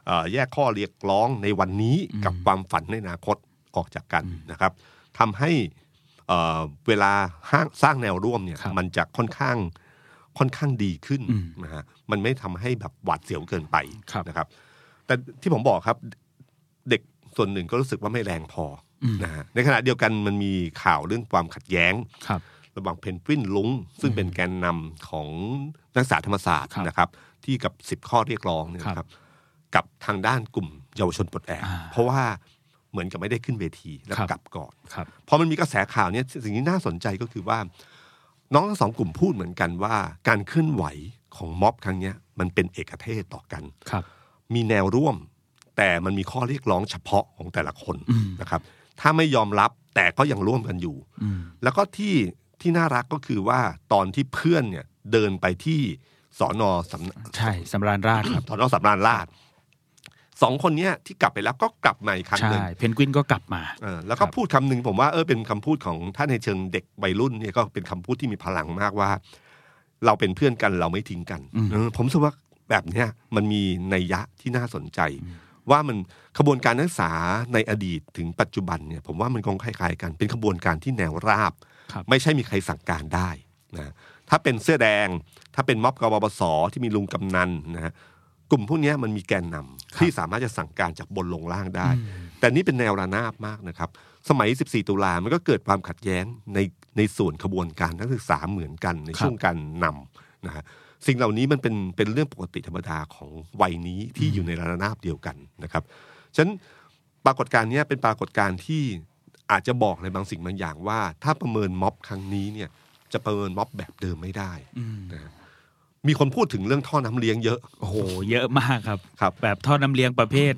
เอ่อแยกข้อเรียกร้องในวันนี้กับความฝันในอนาคตออกจากกันนะครับทำให้เอ่อเวลาห้างสร้างแนวร่วมเนี่ย ครับ มันจะค่อนข้างค่อนข้างดีขึ้น อืม นะฮะมันไม่ทำให้แบบหวาดเสียวเกินไป ครับ นะครับ แต่ที่ผมบอกครับเด็กส่วนหนึ่งก็รู้สึกว่าไม่แรงพออ ม นะฮะในขณะเดียวกันมันมีข่าวเรื่องความขัดแย้ง ครับ ระหว่างเพนกวินลุงซึ่งเป็นแกนนำของนักศึกษาธรรมศาสตร์ ครับ นะครับ ที่กับสิบข้อเรียกร้องเนี่ย ครับ นะครับ กับทางด้านกลุ่มเยาวชนปลดแอก อ่า เพราะว่าเหมือนกับไม่ได้ขึ้นเวทีแล้ว ครับ กลับก่อน ครับ พอมันมีกระแสข่าวเนี่ยสิ่งที่น่าสนใจก็คือว่า น้องทั้งสองกลุ่มพูดเหมือนกันว่า การเคลื่อนไหวของม็อบครั้งเนี้ยมันเป็นเอกเทศต่อกัน ครับ มีแนวร่วม แต่มันมีข้อเรียกร้องเฉพาะของแต่ละคน อืม นะครับ ถ้าไม่ยอมรับแต่ก็ยังร่วมกันอยู่ อืม แล้วก็ที่ที่น่ารักก็คือว่าตอนที่เพื่อนเนี่ยเดินไปที่สอนอสำ ใช่สำราญราชครับ สอนอสำราญราษฎร์สองคนเนี้ยที่กลับไปแล้วก็กลับมาอีกครั้งห ใช่ นึ่ง เพนกวินก็กลับมา เออแล้วก็ ครับ พูดคำหนึ่งผมว่าเออเป็นคำพูดของถ้าในเชิงเด็กวัยรุ่นเนี่ยก็เป็นคำพูดที่มีพลังมากว่า เราเป็นเพื่อนกันเราไม่ทิ้งกันเออผมรู้สึกว่าแบบเนี้ยมันมีนัยยะที่น่าสนใจ ว่ามันขบวนการนักศึกษาในอดีตถึงปัจจุบันเนี่ยผมว่ามันคงคล้ายๆกัน เป็นขบวนการที่แนวราบ ครับ ไม่ใช่มีใครสั่งการได้นะถ้าเป็นเสื้อแดง ถ้าเป็นม็อบกบปสที่มีลุงกำนันนะฮะกลุ่มพวกเนี้ยมันมีแกนนำที่สามารถจะสั่งการจากบนลงล่างได้ แต่นี่เป็นแนวระนาบมากนะครับ สมัย 14 ตุลามันก็เกิดความขัดแย้งในในส่วนขบวนการนักศึกษาเหมือนกันในช่วงการนำนะฮะสิ่งเหล่านี้มันเป็นเป็นเรื่องปกติธรรมดาของวัยนี้ที่อยู่ในระนาบเดียวกันนะครับฉะนั้นปรากฏการณ์เนี้ยเป็นปรากฏการณ์ที่ อาจจะบอกในบางสิ่งบางอย่างว่า ถ้าประเมินม็อบครั้งนี้เนี่ย จะประเมินม็อบแบบเดิมไม่ได้นะฮะมีคนพูดถึงเรื่องท่อน้ำเลี้ยงเยอะ โอ้โห เยอะมากครับ ครับ แบบท่อน้ำเลี้ยงประเภท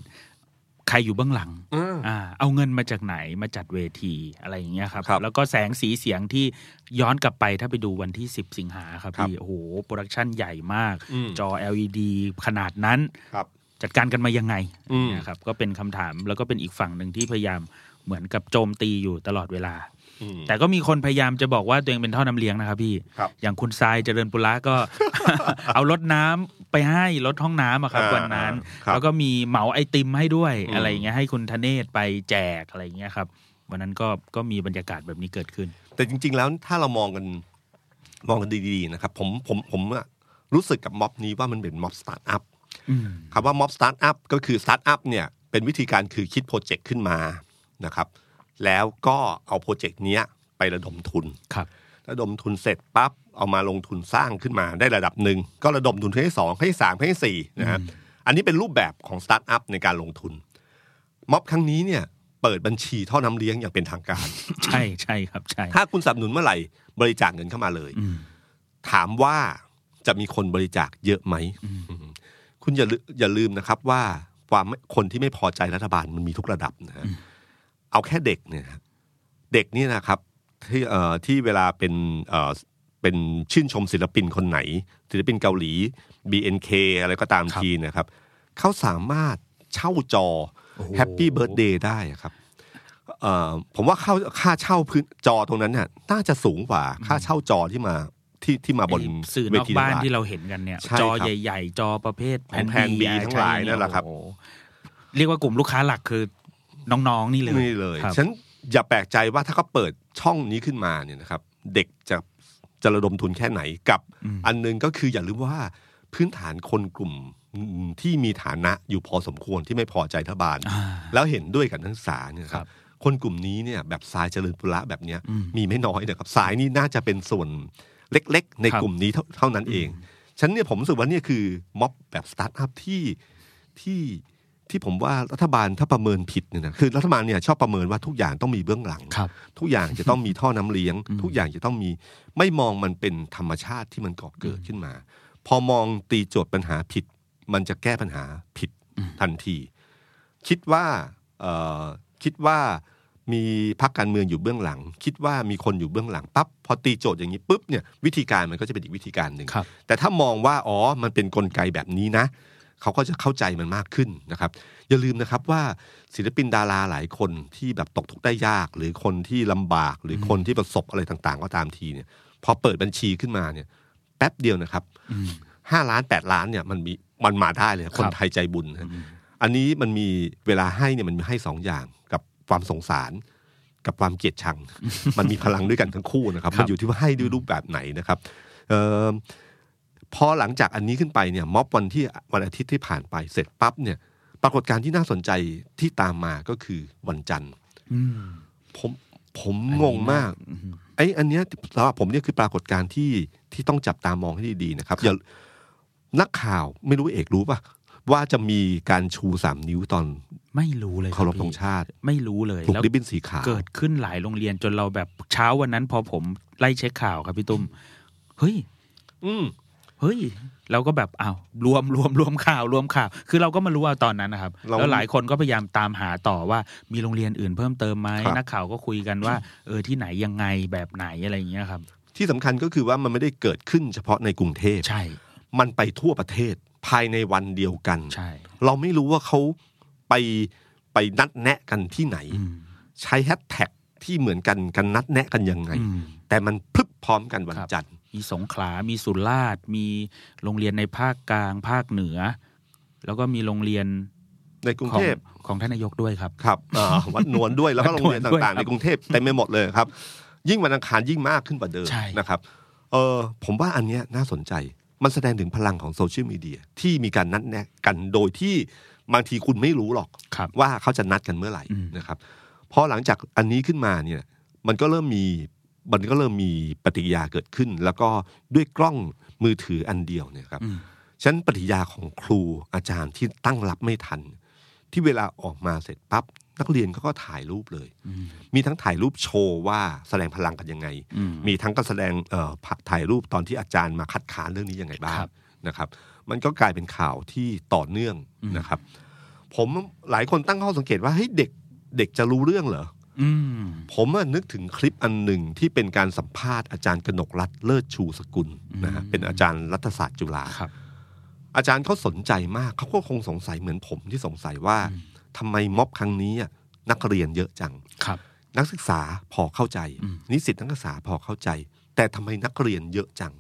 ใครอยู่เบื้องหลัง อืม อ่า เอาเงินมาจากไหนมาจัดเวทีอะไรอย่างเงี้ยครับ ครับ แล้วก็แสงสีเสียงที่ย้อนกลับไปถ้าไปดูวันที่ 10 สิงหาครับ ครับ พี่ โอ้โห โปรดักชันใหญ่มาก อืม จอ LED ขนาดนั้น ครับ จัดการกันมายังไง อืม นะครับ ก็เป็นคำถามแล้วก็เป็นอีกฝั่งหนึ่งที่พยายามเหมือนกับโจมตีอยู่ตลอดเวลา อืม แต่ก็มีคนพยายามจะบอกว่าตัวเองเป็นท่อน้ำเลี้ยงนะครับพี่ ครับ อย่างคุณทรายเจริญปุระก็ เอารถน้ำไปให้รถห้องน้ำอะครับ อ่า วันนั้น ครับ แล้วก็มีเหมาไอติมให้ด้วย อืม อะไรอย่างเงี้ยให้คุณธเนศไปแจกอะไรอย่างเงี้ยครับ วันนั้นก็ก็มีบรรยากาศแบบนี้เกิดขึ้น แต่จริง ๆ แล้วถ้าเรามองกันมองกันดีๆนะครับ ผมผมผมอะรู้สึกกับม็อบนี้ว่ามันเป็นม็อบสตาร์ทอัพ อืม คำว่าม็อบสตาร์ทอัพก็คือสตาร์ทอัพเนี่ยเป็นวิธีการคือคิดโปรเจกต์ขึ้นมานะครับแล้วก็เอาโปรเจกต์เนี้ยไประดมทุน ครับ ระดมทุนเสร็จปั๊บเอามาลงทุนสร้างขึ้นมาได้ระดับหนึ่ง ก็ระดมทุนให้สองให้สามให้สี่นะฮะอันนี้เป็นรูปแบบของสตาร์ทอัพในการลงทุน ม็อบครั้งนี้เนี่ยเปิดบัญชีท่อน้ำเลี้ยงอย่างเป็นทางการ ใช่ใช่ครับใช่ ถ้าคุณสนับสนุนเมื่อไหร่บริจาคเงินเข้ามาเลย อืม ถามว่าจะมีคนบริจาคเยอะไหมอืมคุณอย่าลือย่าลืมนะครับว่าความไม่คนที่ไม่พอใจรัฐบาลมันมีทุกระดับนะฮะเอาแค่เด็กเนี่ยนะเด็กเนี่ยนะครับที่เอ่อที่เวลาเป็นเอ่อเป็นชื่นชมศิลปินคนไหน ศิลปินเกาหลี BNK อะไรก็ตามทีนะครับ เขาสามารถเช่าจอ โอ้โห แฮปปี้เบิร์ดเดย์ได้อะครับ เอ่อผมว่าค่าค่าเช่าพื้นจอตรงนั้นเนี่ยน่าจะสูงกว่าค่าเช่าจอที่มาที่ที่มาบน ไอ้สื่อนอก เวที บ้าน หลัก ที่เราเห็นกันเนี่ย ใช่ครับ จอใหญ่ ๆ จอประเภท ของแผ่น B อ่า ทั้งหลาย ใช่ นั่นแหละครับ โอ้โ เรียกว่ากลุ่มลูกค้าหลักคือน้องๆนี่เลย นี่เลย ครับ ฉะนันอย่าแปลกใจว่าถ้าเขาเปิดช่องนี้ขึ้นมาเนี่ยนะครับ เด็กจะจะระดมทุนแค่ไหนกับ อันหนึงก็คืออย่าลืมว่าพื้นฐานคนกลุ่มที่มีฐานะอยู่พอสมควรที่ไม่พอใจรัฐบาล อ่า แล้วเห็นด้วยกับนักศึกษาเนี่ยค ครั รั บบ คนกลุ่มนี้เนี่ยแบบสายเจริญปุระแบบเนี้ยมีไม่น้อยนะครับสายนี้น่าจะเป็นส่วนเล็กๆ ใน ครับ กลุ่มนี้เท่าเท่านั้นเองฉะนันเนี่ยผมรู้สึกว่าเนี่ยคือม็อบแบบสตาร์ทอัพที่ที่ที่ผมว่ารัฐบาลถ้าประเมินผิดเนี่ยนะคือรัฐบาลเนี่ยชอบประเมินว่าทุกอย่างต้องมีเบื้องหลัง ครับ ทุกอย่างจะต้องมีท่อน้ำเลี้ยง ทุกอย่างจะต้องมีไม่มองมันเป็นธรรมชาติที่มันก่อเกิดขึ้นมา พอมองตีโจทย์ปัญหาผิด มันจะแก้ปัญหาผิดทันที คิดว่าเอ่อคิดว่ามีพักการเมืองอยู่เบื้องหลัง คิดว่ามีคนอยู่เบื้องหลังปั๊บพอตีโจทย์อย่างนี้ปุ๊บเนี่ยวิธีการมันก็จะเป็นอีกวิธีการหนึ่ง ครับ แต่ถ้ามองว่าอ๋อมันเป็นกลไกแบบนี้นะ เขาก็จะเข้าใจมันมากขึ้นนะครับ อย่าลืมนะครับว่าศิลปินดาราหลายคนที่แบบตกทุกข์ได้ยาก หรือคนที่ลำบากหรือคนที่ประสบอะไรต่างๆ ก็ตามทีเนี่ยพอเปิดบัญชีขึ้นมาเนี่ยแป๊บเดียวนะครับห้าล้านแปดล้านเนี่ยมันมีมันมาได้เลยคนไทยใจบุญนะอันนี้มันมีเวลาให้เนี่ยมันมีให้สองอย่างกับความสงสาร กับความเกลียดชัง มันมีพลังด้วยกันทั้งคู่นะครับ ครับ มันอยู่ที่ว่าให้ด้วยรูปแบบไหนนะครับเอ่อ พอหลังจากอันนี้ขึ้นไปเนี่ยม็อบวันที่วันอาทิตย์ที่ผ่านไปเสร็จปั๊บเนี่ย ปรากฏการณ์ที่น่าสนใจที่ตามมาก็คือวันจันทร์ อืม ผมผม อันนี้ งงมากไอ้อันเนี้ยสำหรับผมเนี่ยคือปรากฏการณ์ที่ที่ต้องจับตามองให้ดีๆนะครับอย่านักข่าวไม่รู้เอกรู้ป่ะว่าจะมีการชูสามนิ้วตอน ไม่รู้เลยคบ เคารพ พี่ ธงชาติ ไม่รู้เลย ถูก แล้ว ริบบิ้นสีขาว เกิดขึ้นหลายโรงเรียนจนเราแบบเช้าวันนั้น พอผมไล่เช็คข่าวครับพี่ตุ้มเฮ้ย อืม เฮ้ย เราก็แบบอ้าวรวมรวมรวมข่าวรวมข่าว คือเราก็มารู้เอาตอนนั้นนะครับ เรา แล้วหลายคนก็พยายามตามหาต่อว่ามีโรงเรียนอื่นเพิ่มเติมไหม ครับ นักข่าวก็คุยกันว่า เออที่ไหนยังไงแบบไหนอะไรอย่างเงี้ยครับ ที่สำคัญก็คือว่ามันไม่ได้เกิดขึ้นเฉพาะในกรุงเทพ ใช่ มันไปทั่วประเทศภายในวันเดียวกัน ใช่ เราไม่รู้ว่าเขาไปไปนัดแนะกันที่ไหน อืม ใช้แฮชแท็กที่เหมือนกันกันนัดแนะกันยังไง อืม แต่มันพลึบพร้อมกันวัน ครับ จันทร์ มีสงขลา มีสุราษฎร์มีโรงเรียนในภาคกลาง ภาคเหนือ แล้วก็มีโรงเรียน ในกรุง ของ เทพ ของท่านนายกด้วยครับ ครับอ่าวัดนวลด้วยแล้วก็ วั โรงดนวล เรียน ด้วย ต่าง คๆรับ ในกรุงเทพเต็มไปหมดเลยครับ ยิ่งวันอังคารยิ่งมากขึ้นกว่าเดิม ใช่ นะครับเออผมว่าอันเนี้ยน่าสนใจมันแสดงถึงพลังของโซเชียลมีเดียที่มีการนัดแนะกันโดยที่บางทีคุณไม่รู้หรอก ครับ ว่าเขาจะนัดกันเมื่อไหร่ อืม นะครับพอหลังจากอันนี้ขึ้นมาเนี่ยมันก็เริ่มมีมันก็เริ่มมีปฏิกิริยาเกิดขึ้น แล้วก็ด้วยกล้องมือถืออันเดียวเนี่ยครับฉะนันปฏิกิริยาของครูอาจารย์ที่ตั้งรับไม่ทัน ที่เวลาออกมาเสร็จปั๊บนักเรียนเขาก็ถ่ายรูปเลย มีทั้งถ่ายรูปโชว์ว่าแสดงพลังกันยังไง มีทั้งก็แสดงเอ่อผถ่ายรูปตอนที่อาจารย์มาคัดค้านเรื่องนี้ยังไงบ้าง ครับ นะครับ มันก็กลายเป็นข่าวที่ต่อเนื่องนะครับ ผมหลายคนตั้งข้อสังเกตว่าเฮ้ยเด็กเด็กจะรู้เรื่องเหรอ อืม ผมอะนึกถึงคลิปอันหนึ่งที่เป็นการสัมภาษณ์อาจารย์กนกรัฐเลิศชูสกุลนะฮะเป็นอาจารย์รัฐศาสตร์จุฬา ครับ อาจารย์เขาสนใจมากเขาก็คงสงสัยเหมือนผมที่สงสัยว่าทำไมม็อบครั้งนี้อะนักเรียนเยอะจัง ครับ นักศึกษาพอเข้าใจ นิสิตนักศึกษาพอเข้าใจ แต่ทำไมนักเรียนเยอะจัง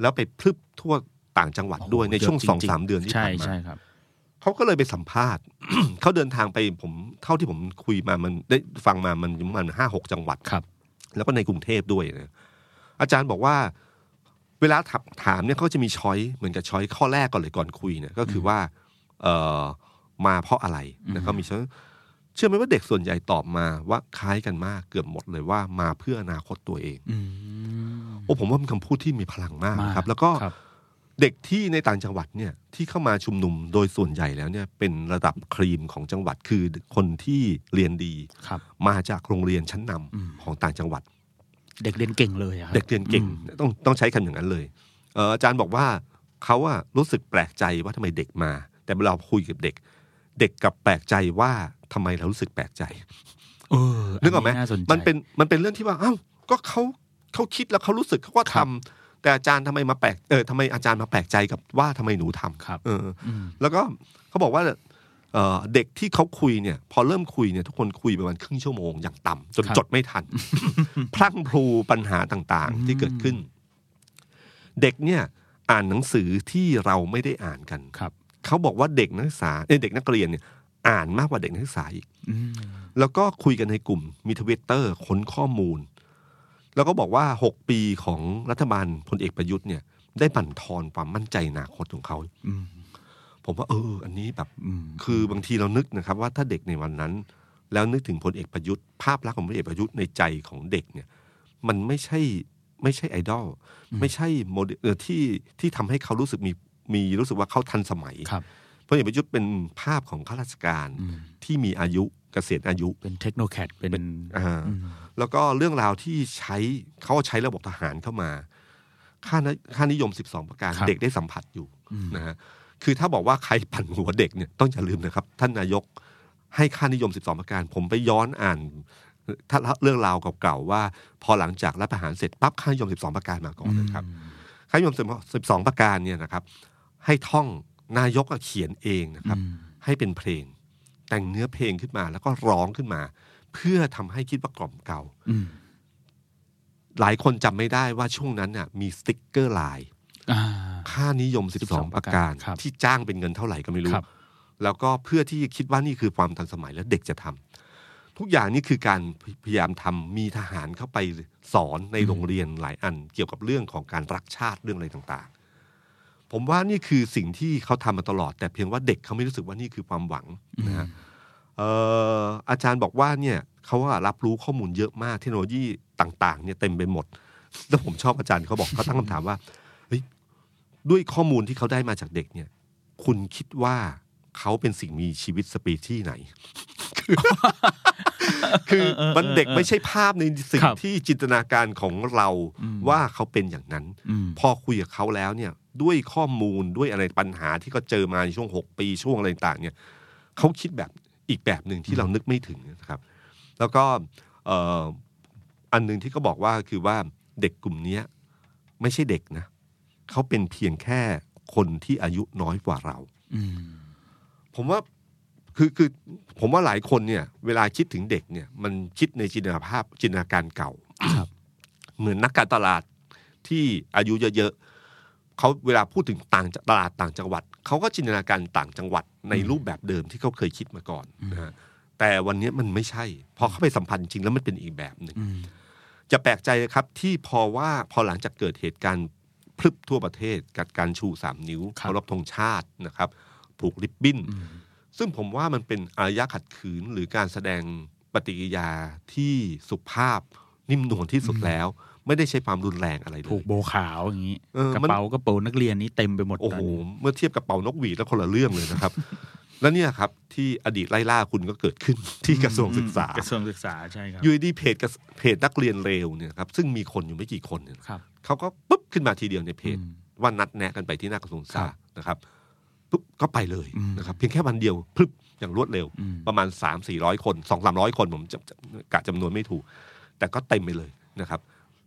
แล้วไปพลึบทั่วต่างจังหวัดด้วยในช่วง เยะ สอง จริๆ สามเดือนที่ ใช่ ผ่านมา ใช่ครับ เขาก็เลยไปสัมภาษณ์ เขาเดินทางไปผมเท่าที่ผมคุยมามันได้ฟังมามันประมันห้าหกจังหวัด ครับ แล้วก็ในกรุงเทพด้วยนะอาจารย์บอกว่า เวลาถามถามเนี่ยเขาก็จะมีช้อยเหมือนกับช้อยข้อแรกก่อนเลยก่อนคุยเนี่ยก็คือว่า เออมาเพราะอะไรนะก็มีช้อยเชื่อไหมว่าเด็กส่วนใหญ่ตอบมาว่าคล้ายกันมากเกือบหมดเลยว่ามาเพื่ออนาคตตัวเอง อืม โอ้ผมว่าเป็นคำพูดที่มีพลังมากนะครั มา บ ก แล้วก็ ครับ เด็กที่ในต่างจังหวัดเนี่ยที่เข้ามาชุมนุมโดยส่วนใหญ่แล้วเนี่ยเป็นระดับครีมของจังหวัดคือคนที่เรียนดี ครับ มาจากโรงเรียนชั้นนำของต่างจังหวัด เด็กเรียนเก่งเลยอะครับ เด็กเรียนเก่งต้องต้องใช้คำอย่างนั้นเลยเอ่ออาจารย์บอกว่าเขาอะรู้สึกแปลกใจว่าทำไมเด็กมา แต่เวลาคุยกับเด็ก เด็กกลับแปลกใจว่าทำไมเรารู้สึกแปลกใจ เออ นึกออกไหม าสใจ มันเป็นมันเป็นเรื่องที่ว่า เอ้า ก็เขาเขาคิดแล้วเขารู้สึกเขาก็ทำแต่อาจารย์ทำไมมาแปลก เออทำไมอาจารย์มาแปลกใจกับว่าทำไมหนูทำ ครับ เอออ แล้วก็เขาบอกว่าเอ่อเด็กที่เขาคุยเนี่ย พอเริ่มคุยเนี่ยทุกคนคุยประมาณครึ่งชั่วโมงอย่างต่ำจน ครับ จดไม่ทัน พลั่งพลูปัญหาต่างๆ ที่เกิดขึ้น เด็กเนี่ย อ่านหนังสือที่เราไม่ได้อ่านกัน ครับ เขาบอกว่าเด็กนักศึกษาเอ้ยเด็กนักเรียนเนี่ย อ่านมากกว่าเด็กนักศึกษาอีก อืม แล้วก็คุยกันในกลุ่มมีทวิตเตอร์ค้นข้อมูล แล้วก็บอกว่า 6 ปีของรัฐบาลพลเอกประยุทธ์เนี่ยได้บั่นทอนความมั่นใจอนาคตของเขา อืม ผมว่าเออ อันนี้แบบ อืม คือบางทีเรานึกนะครับ ว่าถ้าเด็กในวันนั้น แล้วนึกถึงพลเอกประยุทธ์ภาพลักษณ์ของพลเอกประยุทธ์ในใจของเด็กเนี่ย มันไม่ใช่ไม่ใช่ไอดอลไม่ใช่โมเดลเอ่อที่ที่ทำให้เขารู้สึกมีมีรู้สึกว่าเขาทันสมัย ครับ พลเอกประยุทธ์เป็นภาพของข้าราชการ อืม ที่มีอายุเกษียณอายุ เป็นเทคโนแคดเป็น อ่า อืม แล้วก็เรื่องราวที่ใช้เขาใช้ระบบทหารเข้ามา ค่านิค่านิยม 12 ประการ ครับ เด็กได้สัมผัสอยู่นะฮะคือถ้าบอกว่าใครปั่นหัวเด็กเนี่ยต้องอย่าลืมนะครับ ท่านนายกให้ค่านิยม 12 ประการ ผมไปย้อนอ่านถ้าเรื่องราวเก่าๆว่า พอหลังจากรัฐประหารเสร็จปั๊บค่านิยม 12 ประการมาก่อนเลยครับ ค่านิยม 12 ประการเนี่ยนะครับ ให้ท่องนายกอะเขียนเองนะครับ อืม ให้เป็นเพลง แต่งเนื้อเพลงขึ้นมาแล้วก็ร้องขึ้นมา เพื่อทำให้คิดว่ากล่อมเก่า อืม หลายคนจำไม่ได้ว่าช่วงนั้นน่ะมีสติ๊กเกอร์ลาย อ่า ค่านิยม 12 12 ประการ ครับ ที่จ้างเป็นเงินเท่าไหร่ก็ไม่รู้ ครับ แล้วก็เพื่อที่คิดว่านี่คือความทันสมัยและเด็กจะทำทุกอย่างนี่คือการพยายามทำมีทหารเข้าไปสอนในโรงเรียนหลายอัน เกี่ยวกับเรื่องของการรักชาติเรื่องอะไรต่างๆ ผมว่านี่คือสิ่งที่เขาทำมาตลอด แต่เพียงว่าเด็กเขาไม่รู้สึกว่านี่คือความหวังนะฮะเอ่ออาจารย์บอกว่าเนี่ยเขาว่ารับรู้ข้อมูลเยอะมากเทคโนโลยีต่างๆเนี่ยเต็มไปหมด แล้วผมชอบอาจารย์เขาบอกเขาตั้งคำถามว่าเฮ้ยด้วยข้อมูลที่เขาได้มาจากเด็กเนี่ย คุณคิดว่าเขาเป็นสิ่งมีชีวิตสปีชีส์ไหน คือ เออเออ มันเด็กไม่ใช่ภาพในสิ่ง ครับ ที่จินตนาการของเรา อืม ว่าเขาเป็นอย่างนั้น อืม พอคุยกับเขาแล้วเนี่ย ด้วยข้อมูลด้วยอะไรปัญหาที่เขาเจอมาในช่วงหกปีช่วงอะไรต่างๆเนี่ยเขาคิดแบบอีกแบบหนึ่งที่เรานึกไม่ถึงนะครับ แล้วก็เอ่ออันหนึ่งที่เขาบอกว่าคือว่าเด็กกลุ่มเนี้ยไม่ใช่เด็กนะเขาเป็นเพียงแค่คนที่อายุน้อยกว่าเรา อืม ผมว่าคือคือผมว่าหลายคนเนี่ย เวลาคิดถึงเด็กเนี่ย มันคิดในจินตนาภาพจินตนาการเก่า ครับ เหมือนนักการตลาดที่อายุเยอะๆเขาเวลาพูดถึงต่างตลาดต่างจังหวัด เขาก็จินตนาการต่างจังหวัดในรูปแบบเดิมที่เขาเคยคิดมาก่อนนะฮะแต่วันนี้มันไม่ใช่ พอเขาไปสัมผัสจริงแล้วมันเป็นอีกแบบหนึ่ง อืม จะแปลกใจครับที่พอว่าพอหลังจากเกิดเหตุการณ์พรึบทั่วประเทศกัดการชูสามนิ้ว ครับ เคารพธงชาตินะครับผูกริบบิ้น ซึ่งผมว่ามันเป็นอารยะขัดขืนหรือการแสดงปฏิกิริยาที่สุภาพนิ่มนวลที่สุดแล้ว ไม่ได้ใช้ความรุนแรงอะไรเล ผูก ย โบขาวอย่างนี้ เออมัน กระเป๋ากระเป๋านักเรียนนี้เต็มไปหมด โอ้โห ตนนี้ เมื่อเทียบกับเป่านกหวีดแล้วคนละเรื่องเลยนะครับ แล้วเนี่ยครับ ที่อดีตไล่ล่าคุณก็เกิดขึ้น ที่กระทรวงศึกษา ระทรวงศึกษาใช่ครับ อยูดีๆเพจกระเพจนักเรียนเลวเนี่ยครับซึ่งมีคนอยู่ไม่กี่คนเนี่ยนะครับ เขาก็ปุ๊บขึ้นมาทีเดียวในเพจ อืม ว่านัดแนะกันไปที่หน้ากระทรวงศึกษา ครับ นะครับปุ๊บก็ไปเลย อืม นะครับ เพียงแค่วันเดียวพึบอย่างรวดเร็ว อืม ประมาณ 3 4 0 0 คน 2 3 0 0 คนผมจำจำกะจำนวนไม่ถูก แต่ก็เต็มไปเลยนะครับ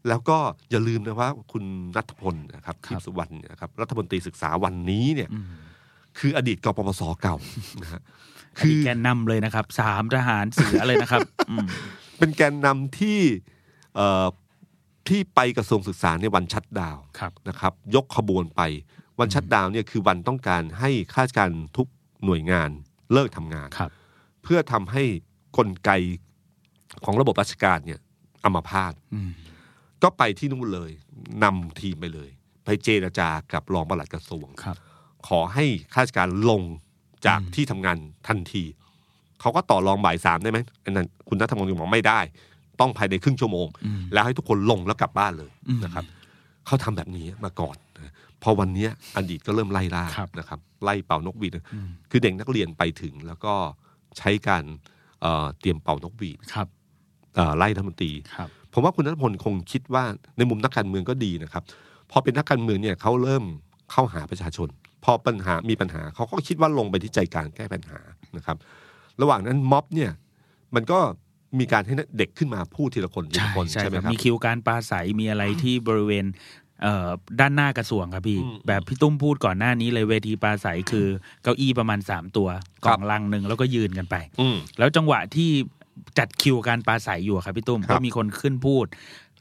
แล้วก็อย่าลืมนะว่าคุณนัทพลนะครับทิพย์สุวรรณเนี่ยนะครับรัฐมนตรีศึกษาวันนี้เนี่ย อืม คืออดีตกปปสเก่า นะฮะ คื คือ อ แกนนำเลยนะครับสามทหารเสือเลย นะครับอืม เป็นแกนนำที่เอ่อที่ไปกระทรวงศึกษาในวันชัดดาวน์ ครับ นะครับ ยกขบวนไปวันชัดดาวน์เนี่ยคือวันต้องการให้ข้าราชการทุกหน่วยงานเลิกทำงาน ครับ เพื่อทำให้กลไกของระบบราชการเนี่ยอัมพาต อืม ก็ไปที่นู่นเลยนำทีมไปเลย ไปเจรจากับรองปลัดกระทรวง ครับ ขอให้ข้าราชการลงจากที่ทำงานทันที เขาก็ต่อรองบ่ายสามได้ไหมอันนั้นคุณนัทมนตรีบอกไม่ได้ ต้องภายในครึ่งชั่วโมง แล้วให้ทุกคนลงแล้วกลับบ้านเลย อืม นะครับ เขาทำแบบนี้มาก่อนนะพอวันเนี้ยอดีตก็เริ่มไล่ล่า ครับ นะครับ ไล่เป่านกหวีดนะคือเด็กนักเรียนไปถึงแล้วก็ใช้การเอ่อเตรียมเป่านกหวีด ครับ เอ่อไล่รัฐมนตรี ครับ ผมว่าคุณนัทพลคงคิดว่าในมุมนักการเมืองก็ดีนะครับ พอเป็นนักการเมืองเนี่ยเขาเริ่มเข้าหาประชาชน พอปัญหามีปัญหาเขาก็คิดว่าลงไปที่ใจกลางแก้ปัญหานะครับ ระหว่างนั้นม็อบเนี่ย มันก็มีการให้เด็กขึ้นมาพูดทีละคนที ใช่ ละคน ใช่ ใช่ไหม ครับ ครับ มีคิวการปราศัยมีอะไรที่บริเวณเอ่อด้านหน้ากระทรวงครับพี่ อืม แบบพี่ตุ้มพูดก่อนหน้านี้เลยเวทีปราศัยคือเก้าอี้ประมาณ 3 ตัว ค ก รับ ล่องลังหนึ่งแล้วก็ยืนกันไป อืม แล้วจังหวะที่จัดคิวการปราศัยอยู่อะครับพี่ตุ้ม ครับ ก็มีคนขึ้นพูด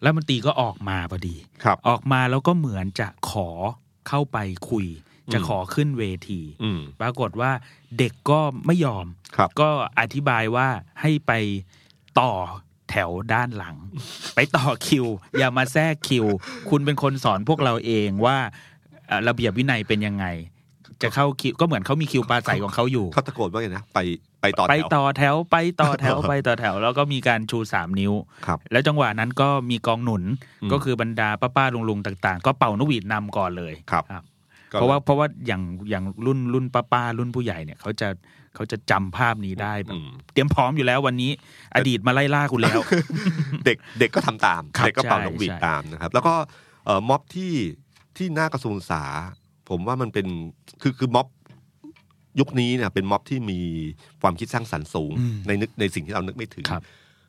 แล้วมันตรีก็ออกมาพอดี ครับ ออกมาแล้วก็เหมือนจะขอเข้าไปคุย จะขอขึ้นเวที อืม ปรากฏว่าเด็กก็ไม่ยอม ครับ ก็อธิบายว่าให้ไปต่อแถวด้านหลัง ไปต่อคิว อย่ามาแทรกคิว คุณเป็นคนสอนพวกเราเองว่าเอ่อระเบียบวินัยเป็นยังไง จะเข้าคิวก็เหมือนเขามีคิวปลาใสของเขาอยู่ เขาตะโกนว่าไงนะไปไปต่อแถว ไปต่อแถวไปต่อแถว ไปต่อแถว แล้วก็มีการชูสามนิ้ว ครับ แล้วจังหวะนั้นก็มีกองหนุน อืม ก็คือบรรดาป้าป้าลุงลุงๆต่าง ๆ ก็เป่านกหวีดนำก่อนเลย ครับก็ เพราะว่าเพราะว่าอย่างอย่างรุ่นรุ่นป้าป้ารุ่นผู้ใหญ่เนี่ยเขาจะเขาจะจำภาพนี้ได้แบบ อืม เตรียมพร้อมอยู่แล้ววันนี้ อดีตมาไล่ล่าคุณ แล้ว เด็กเด็กก็ทำตาม ครับ เด็กก็เป่า ใช่ หนกหวีด ใช่ ตามนะครับ แล้วก็เอ่อม็อบที่ที่หน้ากระทรวงศึกษา ผมว่ามันเป็นคือคือม็อบยุคนี้เนี่ยเป็นม็อบที่มีความคิดสร้างสรรค์สูง อืม ในนึกในสิ่งที่เรานึกไม่ถึง ครับ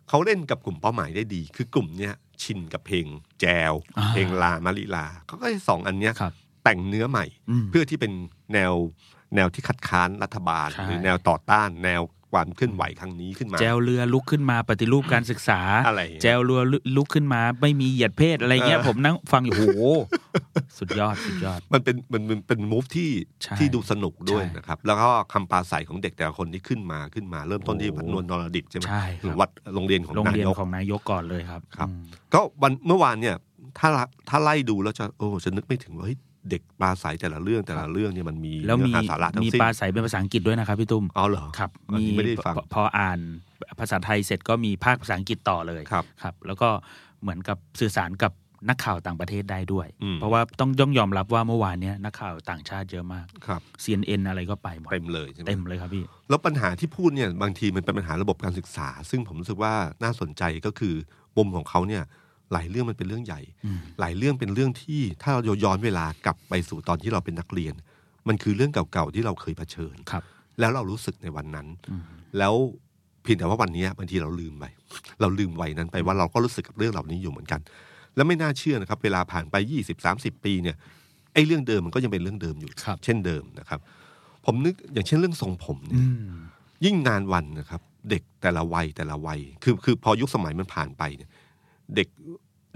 เขาเล่นกับกลุ่มเป้าหมายได้ดี คือกลุ่มเนี้ยชินกับเพลงแจว อ่า เพลงลามาลีลาเขาก็ให้สองอันเนี้ย ครับ แต่งเนื้อใหม่ อืม เพื่อที่เป็นแนวแนวที่คัดค้านรัฐบาล ใช่ หรือแนวต่อต้านแนวความเคลื่อนไหวครั้งนี้ขึ้นมา แจวเรือลุกขึ้นมาปฏิรูปการศึกษา อะไรอย่างเงี้ย แจวเรือลุกขึ้นมา ไม่มีเหยียดเพศอะไรเงี้ย เออ ผมนั่งฟังอยู่โอ้โหสุดยอดสุดยอด มันเป็นมันมันเป็นมูฟที่ ใช่ ที่ดูสนุกด้วย ใช่ นะครับ แล้วก็คำปราศัยของเด็กแต่ละคนที่ขึ้นมาขึ้นมา เริ่มต้นที่พันนวลนรดิตใช่ไหม ใช่ครับ หรือวัดโรงเรียนของ โรง นา เรียน ยก ของนายกก่อนเลยครับ ครับ อืม ก็วันเมื่อวานเนี่ยถ้าละถ้าไล่ดูแล้วจะโอ้จะนึกไม่ถึงว่าเฮ้ยเด็กปราศัยแต่ละเรื่องแต่ละเรื่องเนี่ยมันมี แล้วมี เนื้อหาสาระทั้ง มี สิ้น ปลาใสเป็นภาษาอังกฤษด้วยนะครับพี่ตุ้ม อ๋อเหรอ ครับ อันนี้ไม่ได้ฟัง พอพออ่านภาษาไทยเสร็จก็มีภาคภาษาอังกฤษต่อเลย ครับ ครับ แล้วก็เหมือนกับสื่อสารกับนักข่าวต่างประเทศได้ด้วย อืม เพราะว่าต้องย่องยอมรับว่าเมื่อวานเนี้ยนักข่าวต่างชาติเยอะมาก ครับ CNN อะไรก็ไปหมด เต็มเลยใช่ไหม เต็มเลยครับพี่ แล้วปัญหาที่พูดเนี่ยบางทีมันเป็นปัญหาระบบการศึกษา ซึ่งผมรู้สึกว่าน่าสนใจก็คือปมของเขาเนี่ยหลายเรื่องมันเป็นเรื่องใหญ่ อืม หลายเรื่องเป็นเรื่องที่ถ้าเราย้อนเวลากลับไปสู่ตอนที่เราเป็นนักเรียน มันคือเรื่องเก่าๆที่เราเคยเผชิญ ครับ แล้วเรารู้สึกในวันนั้น อืม แล้วเพียงแต่ว่าวันนี้บางทีเราลืมไป เราลืมวัยนั้นไปว่าเราก็รู้สึกกับเรื่องเหล่านี้อยู่เหมือนกัน แล้วไม่น่าเชื่อนะครับ เวลาผ่านไปยี่สิบสามสิบปีเนี่ยไอ้เรื่องเดิมมันก็ยังเป็นเรื่องเดิมอยู่ ครับ เช่นเดิมนะครับ ผมนึกอย่างเช่นเรื่องทรงผมเนี่ย อืม ยิ่งนานวันนะครับ เด็กแต่ละวัยแต่ละวัย คือคือพอยุคสมัยมันผ่านไปเนี่ยเด็ก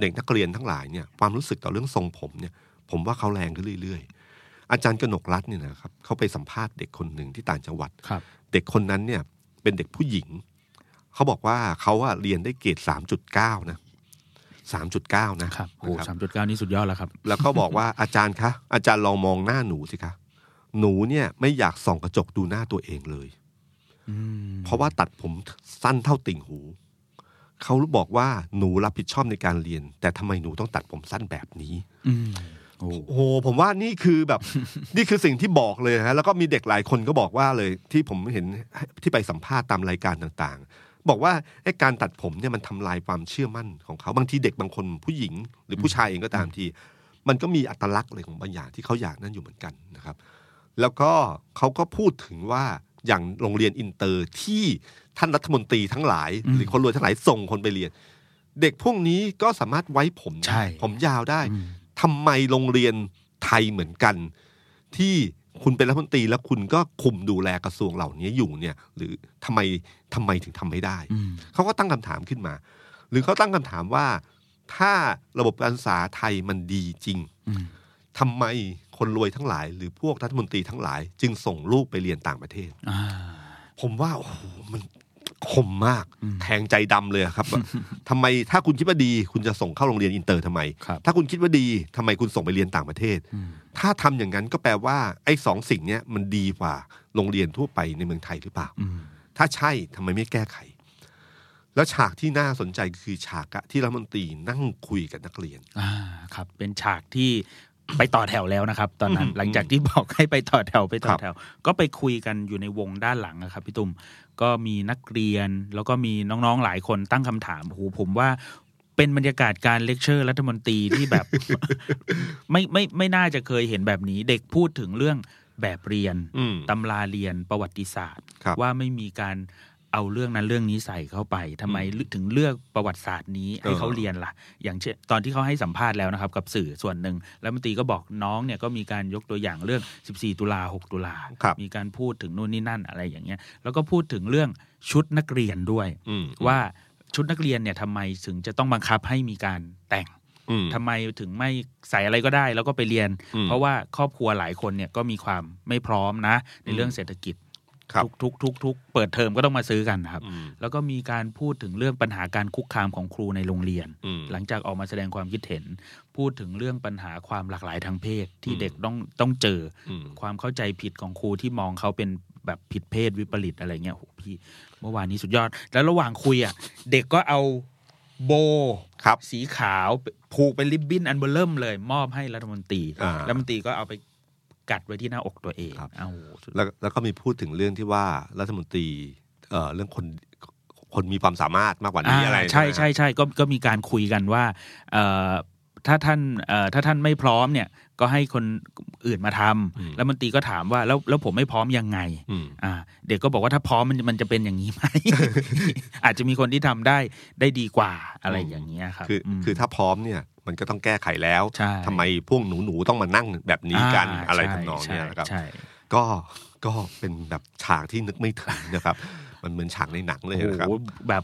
เด็กนักเรียนทั้งหลายเนี่ยความรู้สึกต่อเรื่องทรงผมเนี่ย ผมว่าเขาแรงขึ้นเรื่อยๆ อาจารย์กนกรัตน์เนี่ยนะครับเขาไปสัมภาษณ์เด็กคนหนึ่งที่ต่างจังหวัด ครับ เด็กคนนั้นเนี่ยเป็นเด็กผู้หญิง เขาบอกว่าเขาอะเรียนได้เกรดสามจุดเก้านะสามจุดเก้านะครับ โอ้ นะครับ สามจุดเก้านี่สุดยอดแล้วครับ แล้วก็บอกว่า อาจารย์คะ อาจารย์ลองมองหน้าหนูสิคะ หนูเนี่ยไม่อยากส่องกระจกดูหน้าตัวเองเลย อืม เพราะว่าตัดผมสั้นเท่าติ่งหู เขาบอกว่าหนูรับผิดชอบในการเรียน แต่ทำไมหนูต้องตัดผมสั้นแบบนี้ อืมโอ้ โอ้โหผมว่านี่คือแบบ นี่คือสิ่งที่บอกเลยนะฮะแล้วก็มีเด็กหลายคนก็บอกว่าเลยที่ผมเห็นที่ไปสัมภาษณ์ตามรายการต่างๆ บอกว่าไอ้การตัดผมเนี่ยมันทำลายความเชื่อมั่นของเขาบางทีเด็กบางคนผู้หญิง หรือผู้ชายเองก็ตามที มันก็มีอัตลักษณ์อะไรของบางอย่างที่เขาอยากนั่นอยู่เหมือนกันนะครับ แล้วก็เขาก็พูดถึงว่าอย่างโรงเรียนอินเตอร์ที่ท่านรัฐมนตรีทั้งหลาย หรือคนรวยทั้งหลายส่งคนไปเรียน เด็กพวกนี้ก็สามารถไว้ผมได้ ใช่ ผมยาวได้ อืม ทำไมโรงเรียนไทยเหมือนกัน ที่คุณเป็นรัฐมนตรีแล้วคุณก็คุมดูแลกระทรวงเหล่านี้อยู่เนี่ย หรือทำไมทำไมถึงทำไม่ได้ อืม เขาก็ตั้งคำถามขึ้นมา หรือเขาตั้งคำถามว่า ถ้าระบบการศึกษาไทยมันดีจริง อืม ทำไมคนรวยทั้งหลาย หรือพวกรัฐมนตรีทั้งหลาย จึงส่งลูกไปเรียนต่างประเทศ อ่า ผมว่าโอ้โหมันคมมากแทงใจดำเลยอะครับ ทำไมถ้าคุณคิดว่าดี คุณจะส่งเข้าโรงเรียนอินเตอร์ทำไม ครับ ถ้าคุณคิดว่าดีทำไมคุณส่งไปเรียนต่างประเทศ อืม ถ้าทำอย่างนั้นก็แปลว่าไอ้สองสิ่งเนี้ยมันดีกว่าโรงเรียนทั่วไปในเมืองไทยหรือเปล่า อืม ถ้าใช่ทำไมไม่แก้ไข แล้วฉากที่น่าสนใจคือฉากอะที่รัฐมนตรีนั่งคุยกับนักเรียน อ่าครับเป็นฉากที่ ไปต่อแถวแล้วนะครับ ตอนนั้น อืม หลังจากที่บอกให้ไปต่อแถวไปคต่อ รับ แถว ก็ไปคุยกันอยู่ในวงด้านหลังนะครับพี่ตุ้มก็มีนักเรียนแล้วก็มีน้องๆหลายคนตั้งคำถามโอ้โหผมว่าเป็นบรรยากาศการเลคเชอร์รัฐมนตรีที่แบบ ไม่ไม่ไม่น่าจะเคยเห็นแบบนี้ เด็กพูดถึงเรื่องแบบเรียน อืม ตำราเรียนประวัติศาสตร์ ครับ ว่าไม่มีการเอาเรื่องนั้นเรื่องนี้ใส่เข้าไปทำไมถึงเลือกประวัติศาสตร์นี้ให้เขาเรียนล่ะ อย่างเช่นตอนที่เขาให้สัมภาษณ์แล้วนะครับ กับสื่อส่วนหนึ่งแล้วมนตรีก็บอกน้องเนี่ยก็มีการยกตัวอย่างเรื่อง 14 ตุลา 6 ตุลา ครับ มีการพูดถึงนู่นนี่นั่นอะไรอย่างเงี้ย แล้วก็พูดถึงเรื่องชุดนักเรียนด้วย อืม ว่าชุดนักเรียนเนี่ยทำไมถึงจะต้องบังคับให้มีการแต่ง อืม ทำไมถึงไม่ใส่อะไรก็ได้ แล้วก็ไปเรียน อืม เพราะว่าครอบครัวหลายคนเนี่ยก็มีความไม่พร้อมนะ ในเรื่องเศรษฐกิจ ครับ ทุกทุกทุกทุกเปิดเทอมก็ต้องมาซื้อกันนะครับ อืม แล้วก็มีการพูดถึงเรื่องปัญหาการคุกคามของครูในโรงเรียน อืม หลังจากออกมาแสดงความคิดเห็น พูดถึงเรื่องปัญหาความหลากหลายทางเพศที่ อืม เด็กต้องต้องเจอ อืม ความเข้าใจผิดของครูที่มองเขาเป็นแบบผิดเพศวิปริตอะไรเงี้ยโหพี่ เมื่อวานนี้สุดยอด แล้วระหว่างคุยอ่ะ เด็กก็เอาโบ ครับ สีขาวผูกเป็นริบบิ้นอันเบอร์เริ่มเลย มอบให้รัฐมนตรี อ่า รัฐมนตรีก็เอาไปกัดไว้ที่หน้าอกตัวเอง ครับ เอ้าสุด แล้วแล้วก็มีพูดถึงเรื่องที่ว่ารัฐมนตรีเอ่อเรื่องคนคนมีความสามารถมากกว่านี้อะไร ใช่ ไหม ใช่ใช่ก็ก็มีการคุยกันว่าเอ่อถ้าท่านเอ่อถ้าท่านไม่พร้อมเนี่ย ก็ให้คนอื่นมาท อืม ำรัฐมนตรีก็ถามว่าแล้วแล้วผมไม่พร้อมยังไง อืม อ่าเด็กก็บอกว่าถ้าพร้อมมันมันจะเป็นอย่างนี้ไหม อาจจะมีคนที่ทำได้ได้ดีกว่าอะไร อืม อย่างเงี้ยครับ คืออ ม คือถ้าพร้อมเนี่ยมันก็ต้องแก้ไขแล้ว ใช่ ทำไมพวกหนูหนูๆต้องมานั่งแบบนี้กัน า อะไร ใช่ ทำนองเนี้ยนะครับ ใช่ ก็ก็เป็นแบบฉากที่นึกไม่ถึงนะครับ มันเหมือนฉากในหนังเลย ใช่ นะครับ โอ้โหแบบ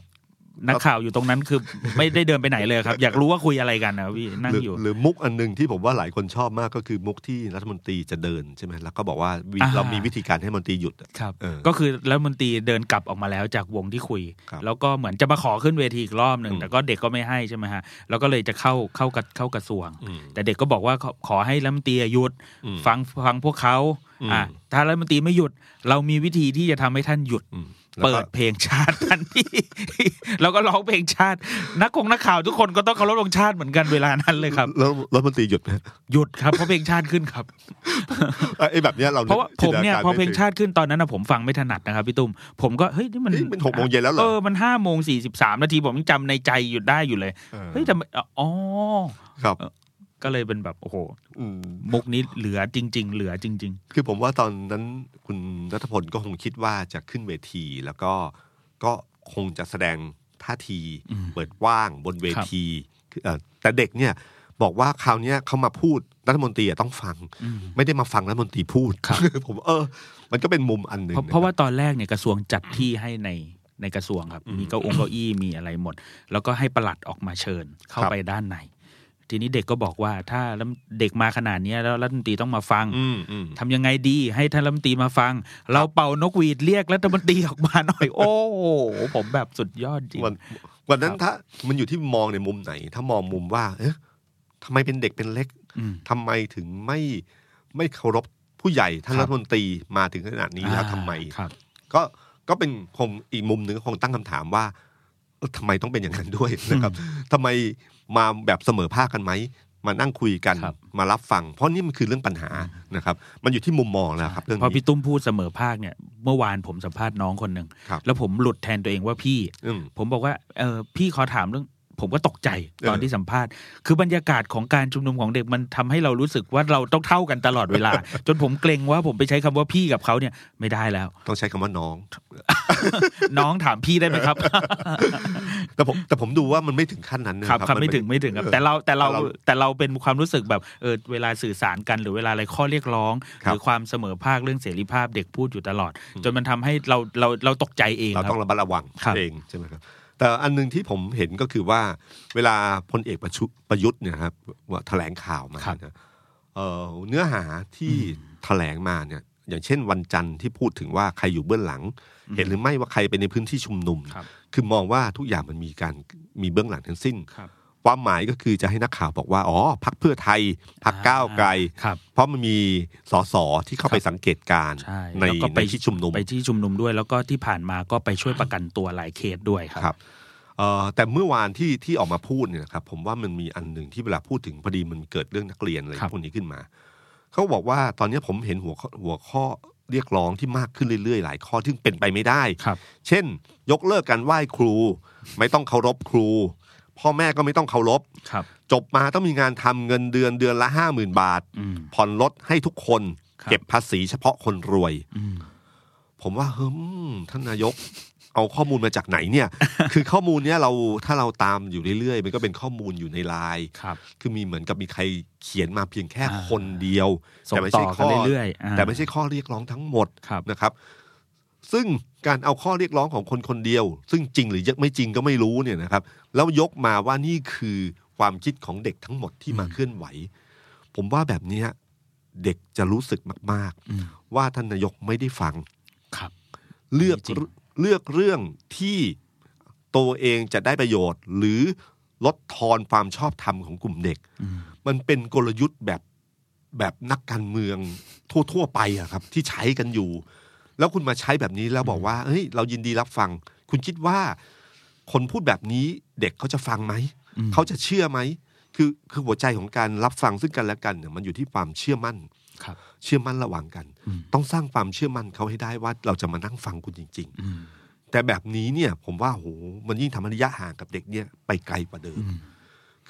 นักข่าวอยู่ตรงนั้นคือ ไม่ได้เดินไปไหนเลยครับ อยากรู้ว่าคุยอะไรกันนะพี่นั่ง หรือ อยู่ หรือมุกอันหนึงที่ผมว่าหลายคนชอบมากก็คือมุกที่รัฐมนตรีจะเดินใช่ไหมแล้วก็บอกว่าวิ อ่า เรามีวิธีการให้มนตรีหยุดอะ ครับ เออ ก็คือรัฐมนตรีเดินกลับออกมาแล้วจากวงที่คุย ครับ แล้วก็เหมือนจะมาขอขึ้นเวทีอีกรอบหนึ่ง อืม แต่ก็เด็กก็ไม่ให้ใช่ไหมฮะแล้วก็เลยจะเข้าเข้ากับเข้ากระทรวง อืม แต่เด็กก็บอกว่าขอขอให้รัฐมนตรีหยุด อืม ฟังฟังพวกเขา อืม อ่ะถ้ารัฐมนตรีไม่หยุด เรามีวิธีที่จะทำให้ท่านหยุด อืม เปิ แล้วก็ดเพลงชาติทันที แล้วก็ร้องเพลงชาติ นักคงนักข่าวทุกคนก็ต้องเคารพธงชาติเหมือนกันเวลานั้นเลยครับ แล้วรัฐมนตรีหยุดไหม หยุดครับเพราะเพลงชาติขึ้น ครับ เอ้ยไอ้แบบเนี้ยเรา เพราะว่าผมเนี่ย จิตก พอเพลง ไม่ถึ ชาติขึ้นตอนนั้นนะผมฟังไม่ถนัดนะครับพี่ตุ้มผมก็เฮ้ยนี่มัน เฮ้ยมันหกโมงเย็นแล้วเหรอ เออมันห้าโมงสี่สิบสามนาทีผมยังจำในใจอยู่ได้อยู่เลย เออ เฮ้ยแต่มันอ๋อ ครับ ก็เลยเป็นแบบโอ้โห ม มุกนี้เหลือจริง ๆ เหลือจริง ๆ คือผมว่าตอนนั้นคุณรัฐพลก็คงคิดว่าจะขึ้นเวที แล้วก็ก็คงจะแสดงท่าที อืม เปิดว่างบนเวทีคือเอ่อแต่เด็กเนี่ยบอกว่าคราวเนี้ยเขามาพูดรัฐมนตรีอะต้องฟัง อืม ไม่ได้มาฟังรัฐมนตรีพูด ครับ ผมเออ มันก็เป็นมุมอันหนึ่ง เพราะ นคบ เพราะว่าตอนแรกเนี่ยกระทรวงจัดที่ให้ในในกระทรวงครับ มีเก้าองเก้าอี้มีอะไรหมด แล้วก็ให้ประหลัดออกมาเชิญเข้า ครับ ไปด้านใน ทีนี้เด็กก็บอกว่าถ้าเด็กมาขนาดเนี้ยแล้วรัฐมนตรีต้องมาฟัง อืมอืม ทำยังไงดีให้ท่านรัฐมนตรีมาฟัง เราเป่านกหวีดเรียกรัฐมนตรีออกมาหน่อย โอ้โหผมแบบสุดยอดจริง วันวันนั้ คน รับ ถ้ามันอยู่ที่มองในมุมไหน ถ้ามองมุมว่า เอ๊ะทำไมเป็นเด็กเป็นเล็ก อืม ทำไมถึงไม่ไม่เคารพผู้ใหญ่ท่าน ครับ รัฐมนตรีมาถึงขนาดนี้แล้ว อ่า ทำไม ครับ ก็ก็เป็นคงอีกมุมหนึ่งก็คงตั้งคำถามว่าเอ้อทำไมต้องเป็นอย่างนั้น ด้วย นะครับทำไมมาแบบเสมอภาคกันไหมมานั่งคุยกัน ครับ มารับฟัง เพราะนี่มันคือเรื่องปัญหานะครับ มันอยู่ที่มุมมองแล้วครับ เรื่อง พอ นี้ พี่ตุ้มพูดเสมอภาคเนี่ยเมื่อวานผมสัมภาษณ์น้องคนหนึ่ง ครับ แล้วผมหลุดแทนตัวเองว่าพี่ อืม ผมบอกว่าเออพี่ขอถามเรื่อง ผมก็ตกใจตอเอนอ ที่สัมภาษณ์ คือบรรยากาศของการชุมนุมของเด็กมันทำให้เรารู้สึกว่าเราต้องเท่ากันตลอดเวลา จนผมเกรงว่าผมไปใช้คำว่าพี่กับเขาเนี่ยไม่ได้แล้ว ต้องใช้คำว่าน้อง น้องถามพี่ได้ไหมครับ แต่ผมแต่ผมดูว่ามันไม่ถึงขั้นนั้นนะครับ ครับ น ไม่ถึงไม่ถึงครับ แต่ เออ เราแต่เรา แต่เรา แต่เราเป็นความรู้สึกแบบเออเวลาสื่อสารกันหรือเวลาอะไรข้อเรียกร้อง ครั ห บ รือความเสมอภาคเรื่องเสรีภาพเด็กพูดอยู่ตลอด จนมันทำให้เราเราเราตกใจเองค เรา รับ ต้องระมัดระวัง ครับ เองใช่ไหมครับแต่อันหนึงที่ผมเห็นก็คือว่า เวลาพลเอกประชุประยุทธ์เนี่ยครับว่าแถลงข่าวมา ครับ เนี่ยเอ่อเนื้อหาที่แถลงมาเนี่ย อย่างเช่นวันจันทร์ที่พูดถึงว่าใครอยู่เบื้องหลัง เห็นหรือไม่ว่าใครไปในพื้นที่ชุมนุม ครับ อมองว่าทุกอย่างมันมีการมีเบื้องหลังทั้งสิ้น ครับ ความหมายก็คือจะให้นักข่าวบอกว่าอ๋อพักเพื่อไทยพักก้าวไกล ครับ เพราะมันมีสสที่เข้าไปสังเกตการณ์ ใช่ ใน แล้วก็ ในที่ชุมนุม ไปที่ชุมนุมด้วย แล้วก็ที่ผ่านมาก็ไปช่วยประกันตัวหลายเคสด้วยค ค รั รับ บเอ่อแต่เมื่อวานที่ที่ออกมาพูดเนี่ยนะครับผมว่ามันมีอันหนึ่งที่เวลาพูดถึงพอดีมันเกิดเรื่องนักเรียนอะไร ครับ พวกนี้ขึ้นมา เขาบอกว่าตอนนี้ผมเห็นหัวข้อหัวข้อเรียกร้องที่มากขึ้นเรื่อยๆ หลายข้อที่เป็นไปไม่ได้ ครับ เช่น ยกเลิกการไหว้ครู ไม่ต้องเคารพครู พ่อแม่ก็ไม่ต้องเคารพ ครับ จบมาต้องมีงานทำเงินเดือนเดือนละห้าหมื่นบาท อืม ผ่อนลดให้ทุกคน ครับ เก็บภาษีเฉพาะคนรวย อืม ผมว่าเฮ้มท่านนายก เอาข้อมูลมาจากไหน เนี่ย คือข้อมูลเนี่ยเราถ้าเราตามอยู่เรื่อยๆ มันก็เป็นข้อมูลอยู่ในไลน์ ครับ คือมีเหมือนกับมีใครเขียนมาเพียงแค่ อ่า คนเดียว ส่ง แต่ไม่ ต่ ใช่ อกั ข้ น อ เรื่อยๆอ่า แต่ไม่ใช่ข้อเรียกร้องทั้งหมด ครับ นะครับ ซึ่งการเอาข้อเรียกร้องของคนคนเดียว ซึ่งจริงหรือยังไม่จริงก็ไม่รู้เนี่ยนะครับ แล้วยกมาว่านี่คือ ความคิดของเด็กทั้งหมดที่มาเคลื่อนไหว ผมว่าแบบเนี้ยเด็กจะรู้สึกมาก อืม ๆ ว่าท่านนายกไม่ได้ฟัง ครับ เลือก จริง เลือกเรื่องที่ตัวเองจะได้ประโยชน์ หรือลดทอนความชอบธรรมของกลุ่มเด็ก อืม มันเป็นกลยุทธ์แบบแบบนักการเมืองทั่ว ๆ ไปอะครับ ที่ใช้กันอยู่ แล้วคุณมาใช้แบบนี้แล้วบอกว่าเฮ้ยเรายินดีรับฟัง คุณคิดว่า คนพูดแบบนี้เด็กเขาจะฟังไหม อืม เขาจะเชื่อไหม คือคือหัวใจของการรับฟังซึ่งกันและกันเนี่ยมันอยู่ที่ความเชื่อมั่น ครับ เชื่อมั่นระหว่างกัน อืม ต้องสร้างความเชื่อมั่นเขาให้ได้ว่าเราจะมานั่งฟังคุณจริง อืม ๆ แต่แบบนี้เนี่ยผมว่าโหมันยิ่งทำให้ระยะห่างกับเด็กเนี่ยไปไกลกว่าเดิม อืม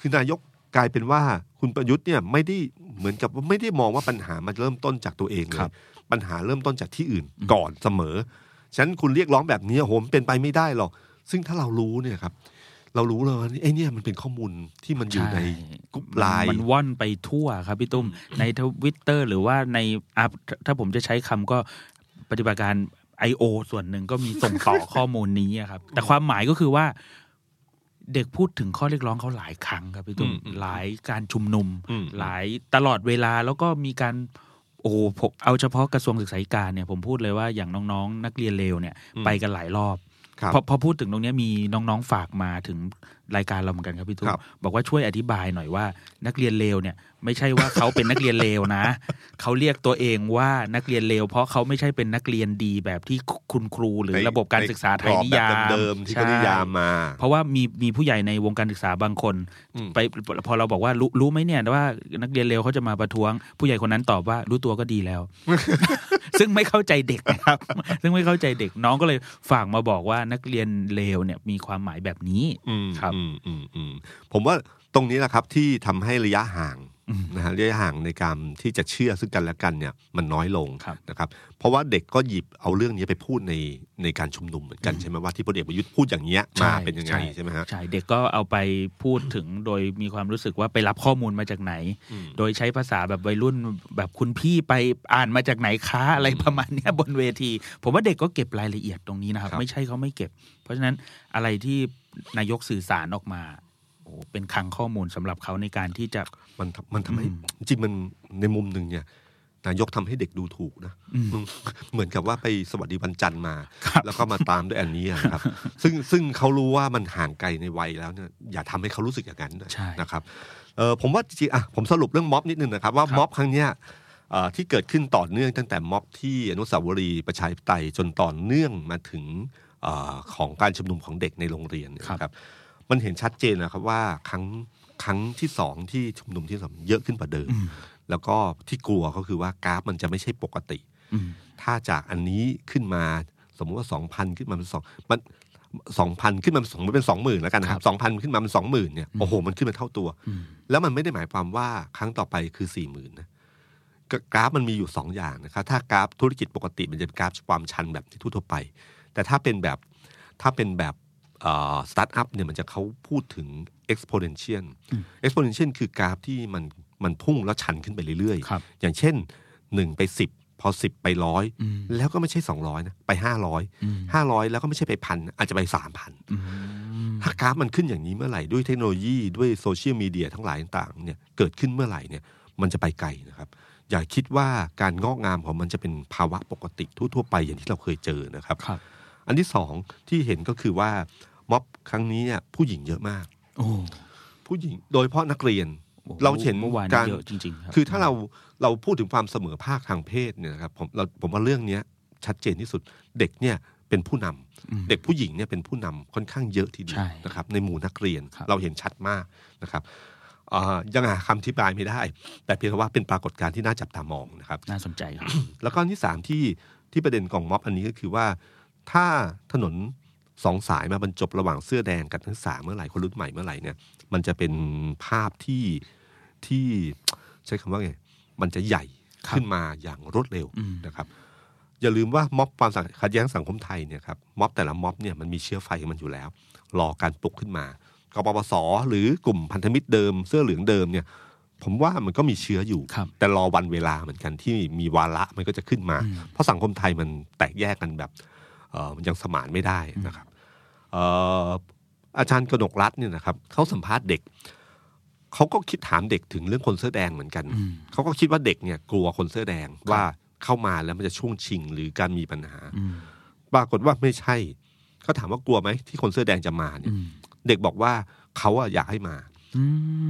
คือนายกกลายเป็นว่าคุณประยุทธ์เนี่ยไม่ได้เหมือนกับว่าไม่ได้มองว่าปัญหามันเริ่มต้นจากตัวเองเลยปัญหาเริ่มต้นจากที่อื่นก่อนเสมอฉะนั้นคุณเรียกร้องแบบนี้โหมนเป็นไปไม่ได้หรอกซึ่งถ้าเรารู้เนี่ยครับ เรารู้เลยว่าไอ้เนี่ยมันเป็นข้อมูลที่มันอยู่ในกลุ่มไลน์ มันว่อนไปทั่วครับพี่ตุ้มในทวิตเตอร์หรือว่าในอัพถ้าผมจะใช้คำก็ปฏิบัติการ I.O. ส่วนหนึ่งก็มีส่งต่อ ข้อมูลนี้อะครับ แต่ความหมายก็คือว่า เด็กพูดถึงข้อเรียกร้องเขาหลายครั้งครับพี่ตุ้ม อืมอืม หลายการชุมนุม อืม หลายตลอดเวลาแล้วก็มีการโอ้โหผมเอาเฉพาะกระทรวงศึกษาธิการเนี่ยผมพูดเลยว่าอย่างน้องๆ นักเรียนเลวเนี่ย ไปกันหลายรอบ ครับ พอพอพูดถึงตรงเนี้ยมีน้องๆฝากมาถึงรายการเราเหมือนกันครับพี่ทุก ครับ บอกว่าช่วยอธิบายหน่อยว่า นักเรียนเลวเนี่ยไม่ใช่ว่าเขาเป็นนักเรียนเลว นะ เขาเรียกตัวเองว่านักเรียนเลวเพราะเขาไม่ใช่เป็นนักเรียนดีแบบที่คุณครูหรือ ใน ระบบการศึกษาไทยนิยา ในกรอบ ม แบบเดิมๆที่เขานิยามมา ใช่เพราะว่ามีมีผู้ใหญ่ในวงการศึกษาบางคน ไปพอเราบอกว่ารู้รู้ไหมเนี่ยว่านักเรียนเลวเขาจะมาประท้วง ผู้ใหญ่คนนั้นตอบว่ารู้ตัวก็ดี แล้ว ซึ่งไม่เข้าใจเด็กนะครับ ซึ่งไม่เข้าใจเด็กน้องก็เลยฝากมาบอกว่านักเรียนเลวเนี่ยมีความหมายแบบนี้ อืม ครับ อืมอืมอืมผมว่าตรงนี้แหละครับที่ทำให้ระยะห่างนะฮะระยะห่างในการที่จะเชื่อซึ่งกันและกันเนี่ยมันน้อยลง ครับ นะครับ เพราะว่าเด็กก็หยิบเอาเรื่องนี้ไปพูดในในการชุมนุมเหมือนกันใช่ไหมว่าที่พลเอกประยุทธ์พูดอย่างเงี้ยมาเป็นยังไงใช่ไหมฮะ ใช่เด็กก็เอาไปพูดถึงโดยมีความรู้สึกว่าไปรับข้อมูลมาจากไหน อืม โดยใช้ภาษาแบบวัยรุ่นแบบคุณพี่ไปอ่านมาจากไหนคะอะไรประมาณเนี้ยบนเวที ผมว่าเด็กก็เก็บรายละเอียดตรงนี้นะครับ ครับ ไม่ใช่เขาไม่เก็บ เพราะฉะนั้นอะไรที่นายกสื่อสารออกมาโอ้เป็นคลังข้อมูลสำหรับเขาในการที่จะ มันทำมันทำให้จริงๆมันในมุมหนึ่งเนี่ยนายกทำให้เด็กดูถูกนะมึง เหมือนกับว่าไปสวัสดีวันจันทร์มา แล้วก็มาตามด้วยอันนี้อะ ครับ ซึ่งซึ่งเขารู้ว่ามันห่างไกลในวัยแล้วเนี่ยอย่าทำให้เขารู้สึกอย่างนั้น ใช่ นะครับเออผมว่าจริงๆอ่ะผมสรุปเรื่องม็อบนิดนึงนะครับ ว่าม็อบครั้งเนี้ยเอ่อที่เกิดขึ้นต่อเนื่องตั้งแต่ม็อบที่อนุสาวรีย์ประชาธิปไตยจนต่อเนื่องมาถึงเออของการชุมนุมของเด็กในโรงเรียนเนี่ย ครับ นะครับ มันเห็นชัดเจนนะครับว่าครั้งครั้งที่สองที่ชุมนุมที่สองเยอะขึ้นกว่าเดิม แล้วก็ที่กลัวก็คือว่ากราฟมันจะไม่ใช่ปกติ อืม ถ้าจากอันนี้ขึ้นมาสมมุติว่าสองพันขึ้นมาเป็นสองมันสองพันขึ้นมาเป็นสองเป็นสองหมื่นแล้วกันนะครับสองพันขึ้นมาเป็นสองหมื่นเนี่ยโอ้โหมันขึ้นมาเท่าตัว อืม แล้วมันไม่ได้หมายความว่าครั้งต่อไปคือสี่หมื่นนะกกราฟมันมีอยู่สองอย่างนะครับถ้ากราฟธุรกิจปกติมันจะเป็นกราฟความชันแบบที่ทั่วๆไป แต่ถ้าเป็นแบบถ้าเป็นแบบสตาร์ทอัพเนี่ยมันจะเขาพูดถึง exponential exponential คือกราฟที่มันมันพุ่งแล้วชันขึ้นไปเรื่อย ครับ ๆ อย่างเช่น 1 ไป 10 พอ 10 ไปร้อย อืม แล้วก็ไม่ใช่ 200นะไป อืม 500 500 แล้วก็ไม่ใช่ไปพันอาจจะไป 3,000 อืม ถ้ากราฟมันขึ้นอย่างนี้เมื่อไหร่ ด้วยเทคโนโลยีด้วยโซเชียลมีเดียทั้งหลายต่างๆเนี่ยเกิดขึ้นเมื่อไหร่เนี่ยมันจะไปไกลนะครับ อย่าคิดว่าการงอกงามของมันจะเป็นภาวะปกติทั่วๆไปอย่างที่เราเคยเจอนะครับ ครับ อันที่สองที่เห็นก็คือว่าม็อบครั้งนี้เนี่ยผู้หญิงเยอะมาก โอ้ ผู้หญิงโดยเฉพาะนักเรียน โอ้ เราเห็น เมื่อวาน การ เยอะจริงๆ ครับ คือถ้าเราเราพูดถึงความเสมอภาคทางเพศเนี่ยนะครับผมเราผมว่าเรื่องเนี้ยชัดเจนที่สุดเด็กเนี่ยเป็นผู้นำเด็กผู้หญิงเนี่ยเป็นผู้นำค่อนข้างเยอะทีเดีย ใช่ วนะครับในหมู่นักเรียน ครับ เราเห็นชัดมากนะครับอ่ายังหาคำอธิบายไม่ได้ แต่เพียงแต่ว่าเป็นปรากฏการณ์ที่น่าจับตามองนะครับ น่าสนใจครับ แล้วก็อันที่สามที่ที่ประเด็นของม็อบอันนี้ก็คือว่าถ้าถนนสองสายมาบรรจบระหว่างเสื้อแดงกับนักศึกษาเมื่อไหร่คนรุ่นใหม่เมื่อไหร่เนี่ยมันจะเป็นภาพที่ที่ใช้คำว่าไงมันจะใหญ่ขึ้นมาอย่างรวดเร็ว อืม นะครับอย่าลืมว่าม็อบความขัดแย้งสังคมไทยเนี่ยครับม็อบแต่ละม็อบเนี่ยมันมีเชื้อไฟของมันอยู่แล้ว รอการปลุกขึ้นมากปปสหรือกลุ่มพันธมิตรเดิม เสื้อเหลืองเดิมเนี่ย ผมว่ามันก็มีเชื้ออยู่ ครับ แต่รอวันเวลาเหมือนกันที่มีวาระมันก็จะขึ้นมา เพราะสังคมไทยมันแตกแยกกันแบบเอ่อมันยังสมานไม่ได้นะครับเอ่ออาจารย์กนกรัตน์เนี่ยนะครับเขาสัมภาษณ์เด็ก เขาก็คิดถามเด็กถึงเรื่องคนเสื้อแดงเหมือนกัน อืม เขาก็คิดว่าเด็กเนี่ยกลัวคนเสื้อแดงว่าเข้ามาแล้วมันจะช่วงชิงหรือการมีปัญหา อืม ปรากฏว่าไม่ใช่เขาถามว่ากลัวไหมที่คนเสื้อแดงจะมาเนี่ อื ย ม เด็กบอกว่าเขาอะอยากให้มา อื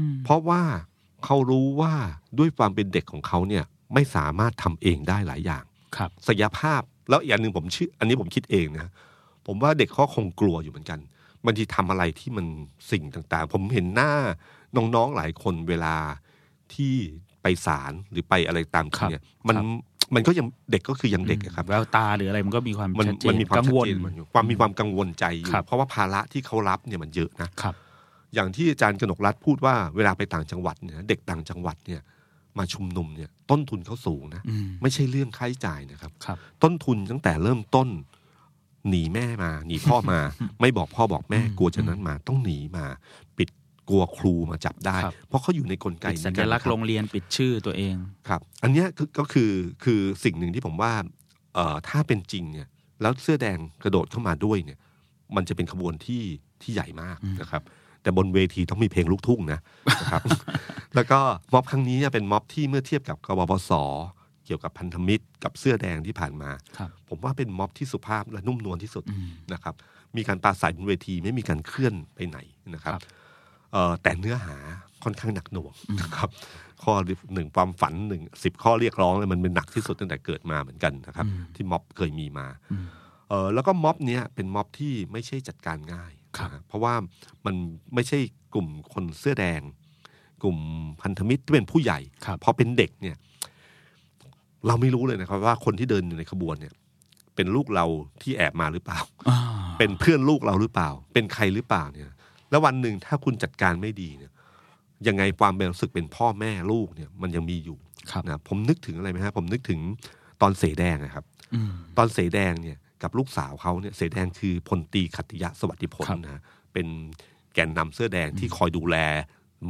ม เพราะว่าเขารู้ว่าด้วยความเป็นเด็กของเขาเนี่ยไม่สามารถทำเองได้หลายอย่าง ครับ ศักยภาพแล้วอีกอย่างหนึ่งผมเชื่ออันนี้ผมคิดเองนะผมว่าเด็กเขาคงกลัวอยู่เหมือนกันบางทีทำอะไรที่มันสิ่งต่างๆ ผมเห็นหน้าน้องๆหลายคนเวลาที่ไปศาลหรือไปอะไรตามที่เนี่ยมัน ครับ มันก็ยังเด็กก็คือยังเด็กอะครับ แววตาหรืออะไรมันก็มีความ มัน ชัดเจ มัน น มีความ กัง ชัด วล เจนมันอยู่ความมีความกังวลใจอยู่ ครับ เพราะว่าภาระที่เขารับเนี่ยมันเยอะนะ ครับ อย่างที่อาจารย์กนกรัฐพูดว่าเวลาไปต่างจังหวัดเนี่ยเด็กต่างจังหวัดเนี่ยมาชุมนุมเนี่ยต้นทุนเขาสูงนะ อืม ไม่ใช่เรื่องค่าใช้จ่ายนะครับ ครับ ต้นทุนตั้งแต่เริ่มต้น หนีแม่มา หนีพ่อมา ไม่บอกพ่อบอกแม่ อืม กลัวจะนั้นมาต้องหนีมา ปิดกลัวครูมาจับได้ ครับ เพราะเขาอยู่ในกลไก ปิดสัญ นี้น ลักษคณ์รับ โรงเรียนปิดชื่อตัวเอง ครับอันเนี้ยคือก็คือคือสิ่งหนึ่งที่ผมว่าเอ่อถ้าเป็นจริงเนี่ยแล้วเสื้อแดงกระโดดเข้ามาด้วยเนี่ยมันจะเป็นขบวนที่ที่ใหญ่มากนะครับ แต่บนเวทีต้องมีเพลงลูกทุ่งนะ นะครับ แล้วก็ม็อบครั้งนี้เนี่ยเป็นม็อบที่เมื่อเทียบกับกบพศเกี่ยวกับพันธมิตร กับเสื้อแดงที่ผ่านมา ครับ ผมว่าเป็นม็อบที่สุภาพและนุ่มนวลที่สุด อืม นะครับ มีการปราศัยบนเวทีไม่มีการเคลื่อนไปไหนนะครับ ครับ เอ่อแต่เนื้อหาค่อนข้างหนักหน่วงนะครับ ข้อหนึ่งความฝันหนึ่งสิบข้อเรียกร้องเนี่ยมันเป็นหนักที่สุดตั้งแต่เกิดมาเหมือนกันนะครับ ที่ม็อบเคยมีมา อืม เอ่อแล้วก็ม็อบเนี้ยเป็นม็อบที่ไม่ใช่จัดการง่าย ครับ นะเพราะว่ามันไม่ใช่กลุ่มคนเสื้อแดง กลุ่มพันธมิตรที่เป็นผู้ใหญ่ ครับ พอเป็นเด็กเนี่ย เราไม่รู้เลยนะครับ ว่าคนที่เดินอยู่ในขบวนเนี่ย เป็นลูกเราที่แอบมาหรือเปล่า อ่า เป็นเพื่อนลูกเราหรือเปล่า เป็นใครหรือเปล่าเนี่ย แล้ววันหนึ่งถ้าคุณจัดการไม่ดีเนี่ย ยังไงความเป็นรู้สึกเป็นพ่อแม่ลูกเนี่ย มันยังมีอยู่ ครับ นะผมนึกถึงอะไรไหมฮะผมนึกถึงตอนเสแดงนะครับ อืม ตอนเสแดงเนี่ยกับลูกสาวเขาเนี่ยเสแดงคือพลตรีขัตติยะสวัสดิพล ครับ นะฮะเป็นแกนนำเสื้อแดงที่คอยดูแล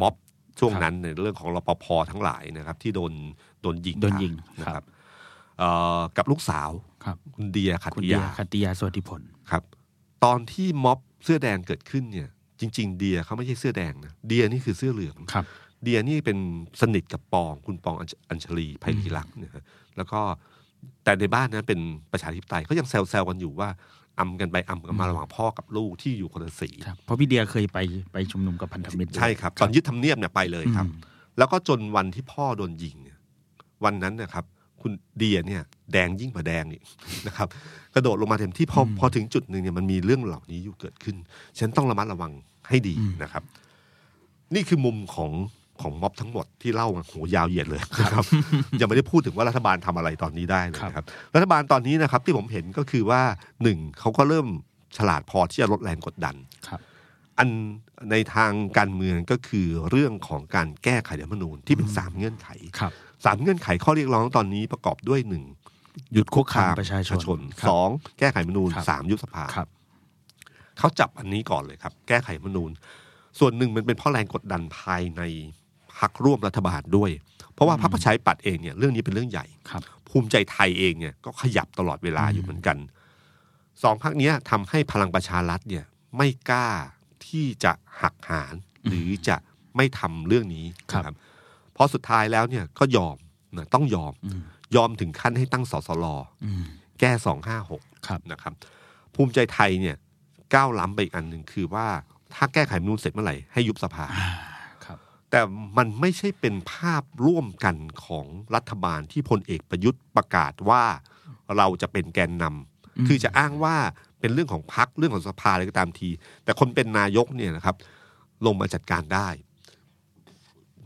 ม็อบช่วง ครับ นั้นในเรื่องของรปภทั้งหลายนะครับ ที่โดนโดนยิง โดนยิง ตานะคครั รั บบ เอ่อกับลูกสาว ครับ คุณเดียขัต คุณ ติ เดี ยาย คันติยาสวัสดิผล ครับ ตอนที่ม็อบเสื้อแดงเกิดขึ้นเนี่ย จริง ๆ เดียเขาไม่ใช่เสื้อแดงนะเดียนี่คือเสื้อเหลือง ครับ เดียนี่เป็นสนิทกับปอง คุณปองอัญอัญชลีไพรีรักษ์เนี่ยฮะแล้วก็แต่ในบ้านนั้นเป็นประชาธิปไตยเขายังแซวๆกันอยู่ว่าอำกันไปอำกันมาระหว่างพ่อกับลูกที่อยู่คนละสี ครับเพราะพี่เดียเคยไปไปชุมนุมกับพันธมิตรด้วย ใช่ครับ ตอนยึดทำเนียบเนี่ยไปเลยครับ อืม แล้วก็จนวันที่พ่อโดนยิงเนี่ยวันนั้นนะครับ คุณเดียเนี่ยแดงยิ่งกว่าแดงอีก นะครับ กระโดดลงมาเต็มที่พอพอถึงจุดหนึ่งเนี่ยมันมีเรื่องเหล่านี้อยู่เกิดขึ้น ฉันต้องระมัดระวังให้ดีนะครับ นี่คือมุมของของม็อบทั้งหมดที่เล่ามาโหยาวเหยียด เลยนะครับ ยังไม่ได้พูดถึงว่ารัฐบาลทำอะไรตอนนี้ได้เลยนะครับ รัฐบาลตอนนี้นะครับ ที่ผมเห็นก็คือว่าหนึ่งเขาก็เริ่มฉลาดพอที่จะลดแรงกดดัน ครับ อันในทางการเมืองก็คือเรื่องของการแก้ไขรัฐธรรมนูญที่เป็นสามเงื่อนไข ครับ สามเงื่อนไขข้อเรียกร้องตอนนี้ประกอบด้วยหนึ่ง หยุดคุกคามประชาชนครับ สองแก้ไขรัฐธรรมนูญ ครับ สามยุบสภา ครับ เขาจับอันนี้ก่อนเลยครับ แก้ไขรัฐธรรมนูญ ส่วนหนึ่งมันเป็นเพราะแรงกดดันภายในพักร่วมรัฐบาลด้วย เพราะว่าพรรคประชาธิปัตย์เองเนี่ยเรื่องนี้เป็นเรื่องใหญ่ ครับ ภูมิใจไทยเองเนี่ยก็ขยับตลอดเวลาอยู่เหมือนกันสองพักนี้ยทำให้พลังประชารัฐเนี่ยไม่กล้าที่จะหักหานหรือจะไม่ทำเรื่องนี้ ครับ นะเพราะสุดท้ายแล้วเนี่ยก็ยอมนะต้องยอม ยอมถึงขั้นให้ตั้งสสล อืม แก้สองห้าหก ครับ นะครับภูมิใจไทยเนี่ยก้าวล้ำไปอีกอันหนึ่งคือว่าถ้าแก้ไขรัฐธรรมนูนเสร็จเมื่อไหร่ให้ยุบสภา ครับ แต่มันไม่ใช่เป็นภาพร่วมกันของรัฐบาลที่พลเอกประยุทธ์ประกาศว่าเราจะเป็นแกนนำ อืม คือจะอ้างว่าเป็นเรื่องของพักเรื่องของสภาอะไรก็ตามที แต่คนเป็นนายกเนี่ยนะครับลงมาจัดการได้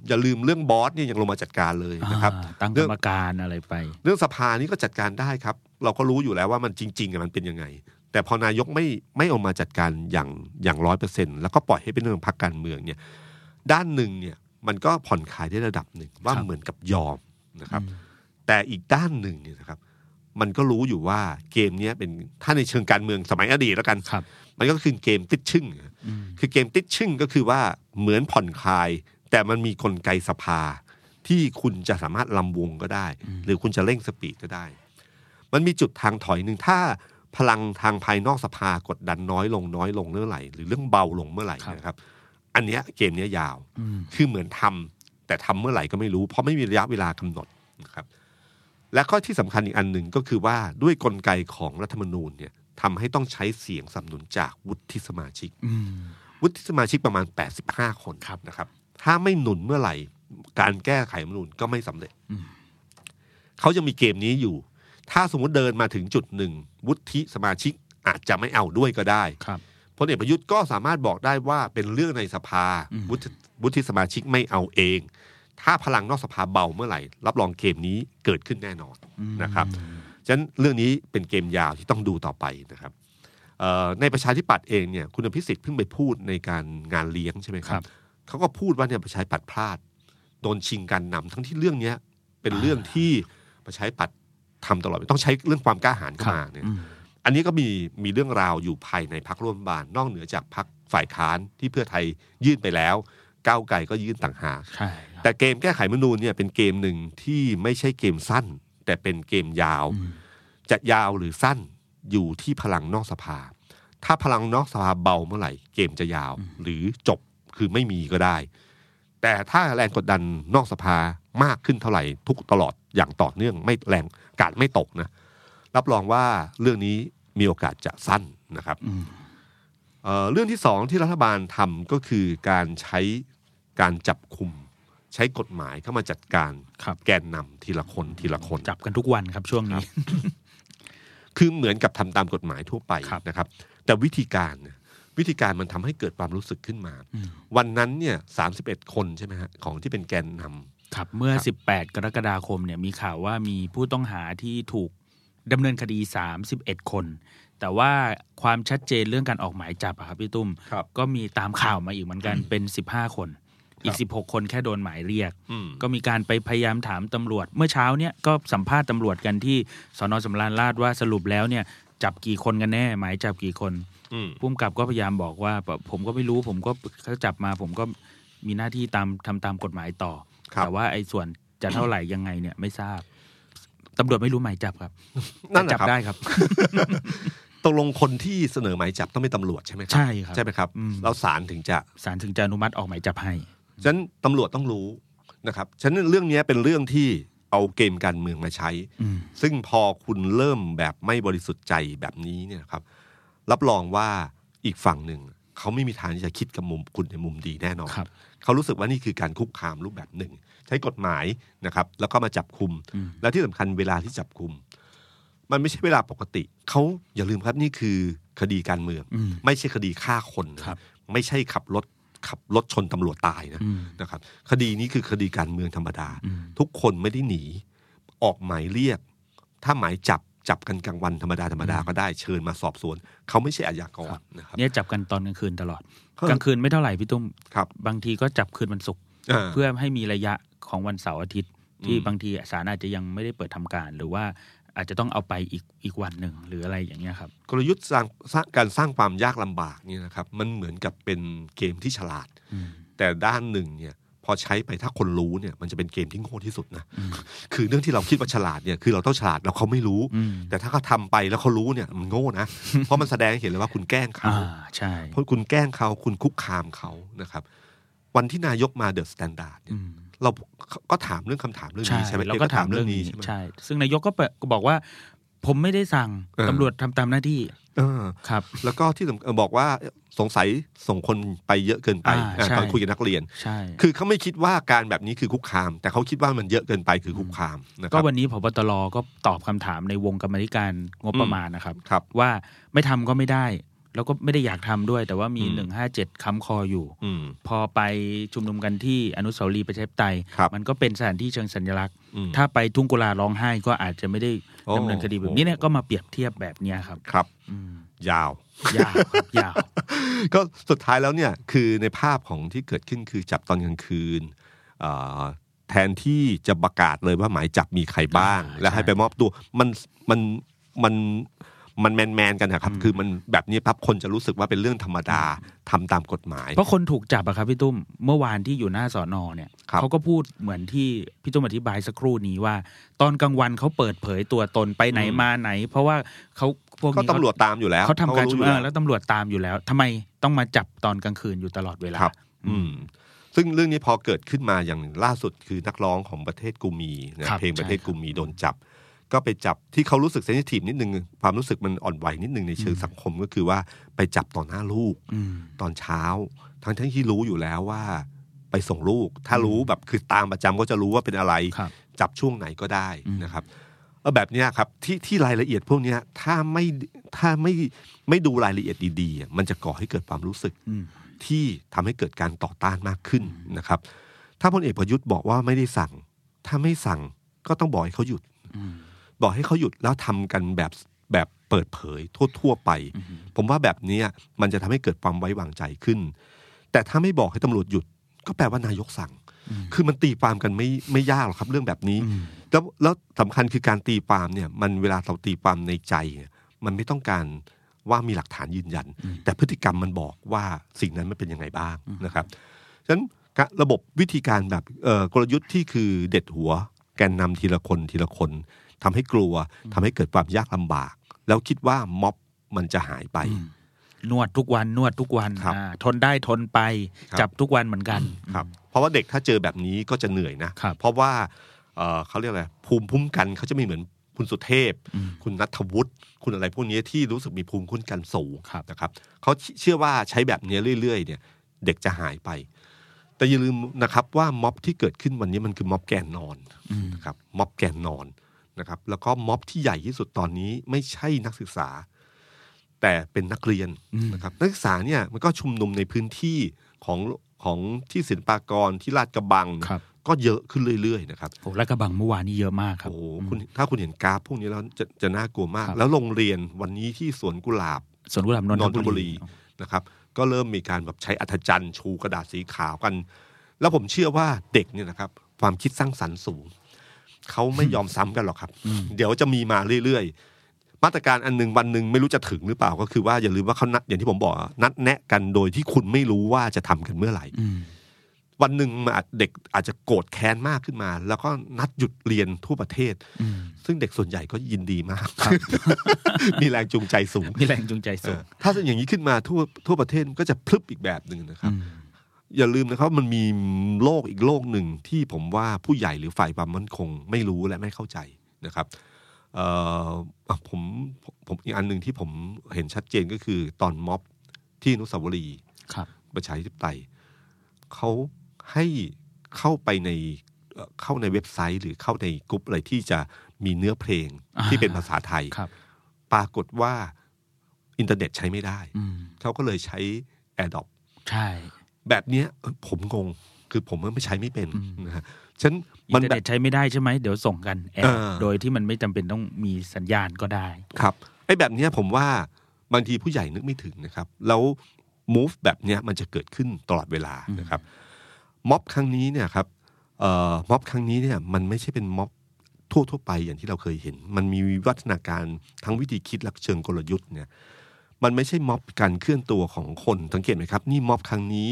อย่าลืมเรื่องบอสเนี่ยยังลงมาจัดการเลยนะครับ อ่าตั้งกรรมการอะไรไป เรื่องสภานี้ก็จัดการได้ครับ เราก็รู้อยู่แล้วว่ามันจริงๆอะมันเป็นยังไง แต่พอนายกไม่ไม่เออกมาจัดการอย่างอย่างร้อยเปอร์เซ็นแล้วก็ปล่อยให้เป็นเรื่องของพรรคการเมืองเนี่ย ด้านหนึ่งเนี่ยมันก็ผ่อนคลายได้ระดับหนึ่งว่า ครับ เหมือนกับยอมนะครับ แต่อีกด้านหนึ่งเนี่ยนะครับ มันก็รู้อยู่ว่าเกมเนี้ยเป็นถ้าในเชิงการเมืองสมัยอดีตแล้วกัน ครับ มันก็คือเกมติดชึ่ง อืม คือเกมติดชึ่งก็คือว่าเหมือนผ่อนคลาย แต่มันมีกลไกสภา ที่คุณจะสามารถลำวงก็ได้ หรือคุณจะเร่งสปีดก็ได้ มันมีจุดทางถอยหนึ่งถ้าพลังทางภายนอกสภากดดันน้อยลงน้อยลงเมื่อไหร่หรือเรื่องเบาลงเมื่อไหร่ ครับ นะครับ ไอ อันเนี้ยเกมเนี้ยยาว อืม คือเหมือนทำแต่ทำเมื่อไหร่ก็ไม่รู้ เพราะไม่มีระยะเวลากำหนดนะครับ และข้อที่สำคัญอีกอันหนึ่งก็คือว่าด้วยกลไกของรัฐธรรมนูญเนี่ยทำให้ต้องใช้เสียงสนับสนุนจากวุฒิสมาชิก อืม วุฒิสมาชิกประมาณ 85 คน ครับ นะครับ ถ้าไม่หนุนเมื่อไหร่ การแก้ไขรัฐธรรมนูญก็ไม่สำเร็จ อืม เขายังมีเกมนี้อยู่ ถ้าสมมติเดินมาถึงจุดหนึ่ง วุฒิสมาชิกอาจจะไม่เอาด้วยก็ได้ ครับ พลเอกประยุทธ์ก็สามารถบอกได้ว่าเป็นเรื่องในสภา อืม วุฒิวุฒิสมาชิกไม่เอาเอง ถ้าพลังนอกสภาเบาเมื่อไหร่ รับรองเกมนี้เกิดขึ้นแน่นอน อืม นะครับ ฉะนั้นเรื่องนี้เป็นเกมยาวที่ต้องดูต่อไปนะครับเอ่อในประชาธิปัตย์เองเนี่ยคุณอภิสิทธิ์เพิ่งไปพูดในการงานเลี้ยงใช่ไหมค ครั รับ บเขาก็พูดว่าเนี่ยประชาธิปัตย์พลาดโดนชิงการนำทั้งที่เรื่องเนี้ยเป็นเรื่องที่ประชาธิปัตย์ทำตลอดต้องใช้เรื่องความกล้าหาญเข้ามาเนี่ย อืม อันนี้ก็มีมีเรื่องราวอยู่ภายในพักร่วมรัฐบาลนอกเหนือจากพักฝ่ายค้านที่เพื่อไทยยื่นไปแล้ว ก้าวไกลก็ยื่นต่างหาก ใช่ครับ แต่เกมแก้ไขรัฐธรรมนูญเนี่ยเป็นเกมหนึ่งที่ไม่ใช่เกมสั้น แต่เป็นเกมยาว อืม จะยาวหรือสั้นอยู่ที่พลังนอกสภา ถ้าพลังนอกสภาเบาเมื่อไหร่ เกมจะยาวหรือจบคือไม่มีก็ได้ แต่ถ้าแรงกดดันนอกสภามากขึ้นเท่าไหร่ ทุกตลอดอย่างต่อเนื่องไม่แรงการไม่ตกนะ รับรองว่าเรื่องนี้มีโอกาสจะสั้นนะครับ อืม เอ่อเรื่องที่สองที่รัฐบาลทำก็คือการใช้การจับคุม ใช้กฎหมายเข้ามาจัดการ ครับ แกนนำทีละคนทีละคน จับกันทุกวันครับช่วงนี้ คือเหมือนกับทำตามกฎหมายทั่วไป ครับ นะครับ แต่วิธีการเนี่ยวิธีการมันทำให้เกิดความรู้สึกขึ้นมา อืม วันนั้นเนี่ยสาคนใช่ไหมฮะของที่เป็นแกนนำ ครับเมื่อ ครับ 18 กรกฎาคมเนี่ยมีข่าวว่ามีผู้ต้องหาที่ถูกดำเนินคดี 31 คน แต่ว่าความชัดเจนเรื่องการออกหมายจับอะครับพี่ตุ้ม ครับ ก็มีตามข่าวมาอีกเหมือน กันเป็น 15 คน อีก 16 คนแค่โดนหมายเรียก อืม ก็มีการไปพยายามถามตำรวจ เมื่อเช้าเนี่ยก็สัมภาษณ์ตำรวจกันที่สนสำราญราชว่าสรุปแล้วเนี่ยจับกี่คนกันแน่ หมายจับกี่คน อื ม ผู้กำกับก็พยายามบอกว่าแบบผมก็ไม่รู้ผมก็เขาจับมา ผมก็มีหน้าที่ตามทำตามกฎหมายต่อ ครับ แต่ว่าไอ้ส่วนจะเท่าไหร่ยังไงเนี่ยไม่ทราบตำรวจไม่รู้หมายจับครับ นั่นแห แต่จั ละครับ ได้ ครับ ตกลงคนที่เสนอหมายจับต้องเป็นตำรวจใช่ไหมครั ใช่ครับ ใช่ไหมครับ อืม แล้วศาลถึงจะ ศาลถึงจะอนุมัติออกหมายจับให้ ฉะนั้นตำรวจต้องรู้นะครับ ฉะนั้นเรื่องนี้เป็นเรื่องที่เอาเกมการเมืองมาใช้ อืม ซึ่งพอคุณเริ่มแบบไม่บริสุทธิ์ใจแบบนี้เนี่ยนะครับ รับรองว่าอีกฝั่งหนึ่ง เขาไม่มีทางที่จะคิดกับมุมคุณในมุมดีแน่นอน ครับ เขารู้สึกว่านี่คือการคุกคามรูปแบบหนึ่ง ใช้กฎหมายนะครับ แล้วก็มาจับคุม อืม และที่สำคัญเวลาที่จับคุม มันไม่ใช่เวลาปกติ เขาอย่าลืมครับนี่คือคดีการเมือง อืม ไม่ใช่คดีฆ่าคนนะครับ ไม่ใช่ขับรถขับรถชนตำรวจตายนะ อืม นะครับ คดีนี้คือคดีการเมืองธรรมดา อืม ทุกคนไม่ได้หนี ออกหมายเรียก ถ้าหมายจับจับกันกลางวันธรรมดาธรรมดาก็ได้เชิญมาสอบสวน เขาไม่ใช่อาญากร ครับ นะครับ เนี่ยจับกันตอนกลางคืนตลอด ครับ กลางคืนไม่เท่าไหร่พี่ตุ้ม ครับ บางทีก็จับคืนวันศุกร์ า เพื่อให้มีระยะของวันเสาร์อาทิตย์ ที่ อืม บางทีศาลอาจจะยังไม่ได้เปิดทำการ หรือว่าอาจจะต้องเอาไปอีกอีกวันหนึ่งหรืออะไรอย่างเงี้ยครับ กลยุทธ์สร้างสร้างการสร้างความยากลำบากเนี่ยนะครับ มันเหมือนกับเป็นเกมที่ฉลาด อืม แต่ด้านหนึ่งเนี่ย พอใช้ไปถ้าคนรู้เนี่ย มันจะเป็นเกมที่โง่ที่สุดนะคือเรื่องที่เราคิดว่าฉลาดเนี่ยคือเราต้องฉลาดแล้วเขาไม่รู้ อืม แต่ถ้าเขาทำไปแล้วเขารู้เนี่ยมันโง่นะ เพราะมันแสดงให้เห็นเลยว่าคุณแกล้งเขา อ่าใช่ เพราะคุณแกล้งเขาคุณคุกคามเขานะครับ วันที่นายกมาเดอะสแตนดาร์ด อืม เราก็ถามเรื่องคำถามเรื่อง ใช่ นี้ใช่ไหม เราก็ถามเรื่องนี้ ใช่ไหม ใช่ ซึ่งนายกก็เปิดก็บอกว่า ผมไม่ได้สั่ง เออ ตำรวจทำตามหน้าที่ เออ ครับ แล้วก็ที่สำคัญบอกว่าสงสัยส่งคนไปเยอะเกินไป อ่า อ่า ใช่ ตอนคุยกับนักเรียน ใช่ คือเขาไม่คิดว่าการแบบนี้คือคุกคาม แต่เขาคิดว่ามันเยอะเกินไปคือคุกคามนะค ก็ รับ วันนี้พบตรก็ตอบคำถามในวงกรรมาธิการงบประมาณนะครับ ครับ ว่าไม่ทำก็ไม่ได้ แล้วก็ไม่ได้อยากทำด้วย แต่ว่ามี อืม หนึ่งห้าเจ็ดค้ำคออยู่ อืม พอไปชุมนุมกันที่อนุสาวรีย์ประชาธิปไตย ครับ มันก็เป็นสถานที่เชิงสัญลักษณ์ อืม ถ้าไปทุ่งกุลาร้องไห้ก็อาจจะไม่ได้ โอ้ ดำเนินคดีแบบนี้เนี่ยก็มาเปรียบเทียบแบบเนี้ยครับ ครับ อืม ยาว ยาวครับยาว ก็สุดท้ายแล้วเนี่ยคือในภาพของที่เกิดขึ้นคือจับตอนกลางคืนอ่าแทนที่จะประกาศเลยว่าหมายจับมีใครบ้าง อ่า แล้วให้ไปมอบตัวมันมันมันมันแมนแมนๆกันนะครับ คือมันแบบนี้ปั๊บคนจะรู้สึกว่าเป็นเรื่องธรรมดาทำตามกฎหมาย เพราะคนถูกจับอะครับพี่ตุ้มเมื่อวานที่อยู่หน้าสอนอเนี่ย ครับ เขาก็พูดเหมือนที่พี่ตุ้มอธิบายสักครู่นี้ว่า ตอนกลางวันเขาเปิดเผยตัวตนไปไหนมาไหน เพราะว่าเขาพวก ก็ นี้ ตำรวจตามอยู่แล้ว เขาทำการ รู้ ชุอมยู่แล้เออ ว แล้วตำรวจตามอยู่แล้วทำไมต้องมาจับตอนกลางคืนอยู่ตลอดเวลา ครับ อืมซึ่งเรื่องนี้พอเกิดขึ้นมาอย่างล่าสุดคือนักร้องของประเทศกูมีนะครับ เพลงประเทศ ใช่ครับ กูมีโดนจับ ก็ไปจับที่เขารู้สึกเซนซิทีฟนิดนึงความรู้สึกมันอ่อนไหวนิดนึงในเชิงสังคมก็คือว่าไปจับต่อหน้าลูก อืม ตอนเช้า ทั้งทั้งที่รู้อยู่แล้วว่า ไปส่งลูก ถ้ารู้แบบคือตามประจำก็จะรู้ว่าเป็นอะไร ครับ จับช่วงไหนก็ได้ อืม นะครับเออแบบเนี้ยครับที่ที่รายละเอียดพวกเนี้ยถ้าไม่ถ้าไม่ไม่ดูรายละเอียดดีๆอ่ะมันจะก่อให้เกิดความรู้สึก อืม ที่ทำให้เกิดการต่อต้านมากขึ้นนะครับ ถ้าพลเอกประยุทธ์บอกว่าไม่ได้สั่ง ถ้าไม่สั่งก็ต้องบอกให้เขาหยุด อืม บอกให้เขาหยุดแล้วทำกันแบบแบบเปิดเผยทั่วๆไป ผมว่าแบบเนี้ยมันจะทำให้เกิดความไว้วางใจขึ้น แต่ถ้าไม่บอกให้ตำรวจหยุด ก็แปลว่านายกสั่ง คือมันตีความกันไม่ไม่ยากหรอกครับเรื่องแบบนี้ แล้วแล้วสำคัญคือการตีความเนี่ยมันเวลาเราตีความในใจเนี่ยมันไม่ต้องการว่ามีหลักฐานยืนยัน แต่พฤติกรรมมันบอกว่าสิ่งนั้นมันเป็นยังไงบ้างนะครับฉะนั้นกะระบบวิธีการแบบเอ่อกลยุทธ์ที่คือเด็ดหัว แกนนำทีละคนทีละคนทำให้กลัวทำให้เกิดความยากลำบาก แล้วคิดว่าม็อบมันจะหายไป อืม นวดทุกวันนวดทุกวัน ครับ อ่าทนได้ทนไป ครับ จับทุกวันเหมือนกัน ครับเพราะว่าเด็กถ้าเจอแบบนี้ก็จะเหนื่อยนะ ครับ เพราะว่าเอ่อเขาเรียกอะไรภูมิคุ้มกันเขาจะไม่เหมือนคุณสุเทพ อืม คุณนัทวุฒิคุณอะไรพวกนี้ที่รู้สึกมีภูมิคุ้มกันสูง ครับ นะครับเขาเชื่อว่าใช้แบบนี้เรื่อย ๆ เนี่ย เด็กจะหายไป แต่อย่าลืมนะครับว่าม็อบที่เกิดขึ้นวันนี้มันคือม็อบแกนนอนนะครับม็อบแกนนอนนะครับแล้วก็ม็อบที่ใหญ่ที่สุดตอนนี้ไม่ใช่นักศึกษา แต่เป็นนักเรียนนะครับนักศึกษาเนี่ยมันก็ชุมนุมในพื้นที่ของของที่ศิลปากรที่ลาดกระบัง ครับ ก็เยอะขึ้นเรื่อยๆนะครับ โอ้และกระบังเมื่อวานนี้เยอะมากครับ โอ้โหคุณถ้าคุณเห็นกราฟพวกนี้แล้วจะจะน่ากลัวมาก ครับ แล้วโรงเรียนวันนี้ที่สวนกุหลาบ สวนกุหลาบนน นนท ท บุ บุ รี รี นะครับ ก็เริ่มมีการแบบใช้อัธจันทร์ชูกระดาษสีขาวกัน แล้วผมเชื่อว่าเด็กเนี่ยนะครับ ความคิดสร้างสรรค์สูง เขาไม่ยอมซ้ำกันหรอกครับ เดี๋ยวจะมีมาเรื่อยๆ มาตรการอันหนึ่งวันหนึ่งไม่รู้จะถึงหรือเปล่าก็คือว่าอย่าลืมว่าเขานัดอย่างที่ผมบอกอะนัดแนะกันโดยที่คุณไม่รู้ว่าจะทำกันเมื่อไหร่ อืม วันหนึ่งมันอาจเด็กอาจจะโกรธแค้นมากขึ้นมา แล้วก็นัดหยุดเรียนทั่วประเทศ อืม ซึ่งเด็กส่วนใหญ่ก็ยินดีมาก มีแรงจูงใจสูง มีแรงจูงใจ เอ สู อง ถ้าอย่างนี้ขึ้นมาทั่วทั่วประเทศก็จะพลึบอีกแบบหนึ่งนะครับ ม อย่าลืมนะครับมันมีโลกอีกโลกหนึ่งที่ผมว่าผู้ใหญ่หรือฝ่ายความมั่นคง ไม่รู้และไม่เข้าใจนะครับเอ่ออ่ะผมผมผมอีกอันหนึ่งที่ผมเห็นชัดเจนก็คือตอนม็อบที่อนุสาวรีย์ ครับ ประชาธิปไตยเขาให้เข้าไปในเอ่อเข้าในเว็บไซต์หรือเข้าในกลุ่มอะไรที่จะมีเนื้อเพลง อ่า ที่เป็นภาษาไทย ครับ ปรากฏว่าอินเทอร์เน็ตใช้ไม่ได้ อืม เขาก็เลยใช้ AirDrop ใช่ แบบเนี้ยเอ้ยผมงง คือผมก็ไม่ใช้ไม่เป็น อืม นะฮะฉะนัน อิ มัน นเทอร์ แบบเน็ตใช้ไม่ได้ใช่ไหมเดี๋ยวส่งกันแอ เอ ป อ โดยที่มันไม่จำเป็นต้องมีสัญญาณก็ได้ ครับไอ้แบบเนี้ยผมว่าบางทีผู้ใหญ่นึกไม่ถึงนะครับ แล้ว move แบบเนี้ยมันจะเกิดขึ้นตลอดเวลานะครับม็อบครั้งนี้เนี่ยครับเอ่อม็อบครั้งนี้เนี่ยมันไม่ใช่เป็นม็อบทั่วทั่วๆไปอย่างที่เราเคยเห็น มันมีวิวัฒนาการทั้งวิธีคิดและเชิงกลยุทธ์เนี่ยมันไม่ใช่ม็อบการเคลื่อนตัวของคนสังเกตไหมครับ นี่ม็อบครั้งนี้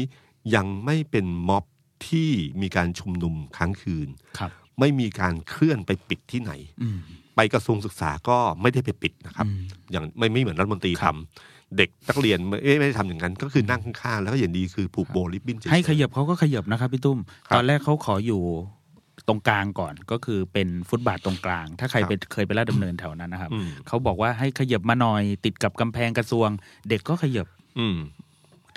ยังไม่เป็นม็อบที่มีการชุมนุมค้างคืน ครับ ไม่มีการเคลื่อนไปปิดที่ไหน อืม ไปกระทรวงศึกษาก็ไม่ได้ไปปิดนะครับ อืม อย่างไม่ไม่เหมือนรัฐมนตรีทำเด็กนักเรียนไม่ไม่ได้ทำอย่างนั้น ก็คือนั่งข้างๆแล้วก็อย่างดีคือผูกโบว์ริบบิ้นเฉยๆ ให้ขยับเขาก็ขยับนะครับพี่ตุ้ม ครับ ตอนแรกเขาขออยู่ตรงกลางก่อนก็คือเป็นฟุตบาทตรงกลาง ถ้าใคร ครับ ไปเคยไปลาดดำเนินแถวนั้นนะครับ อืม เขาบอกว่าให้ขยับมาหน่อยติดกับกำแพงกระทรวง เด็กก็ขยับ อืม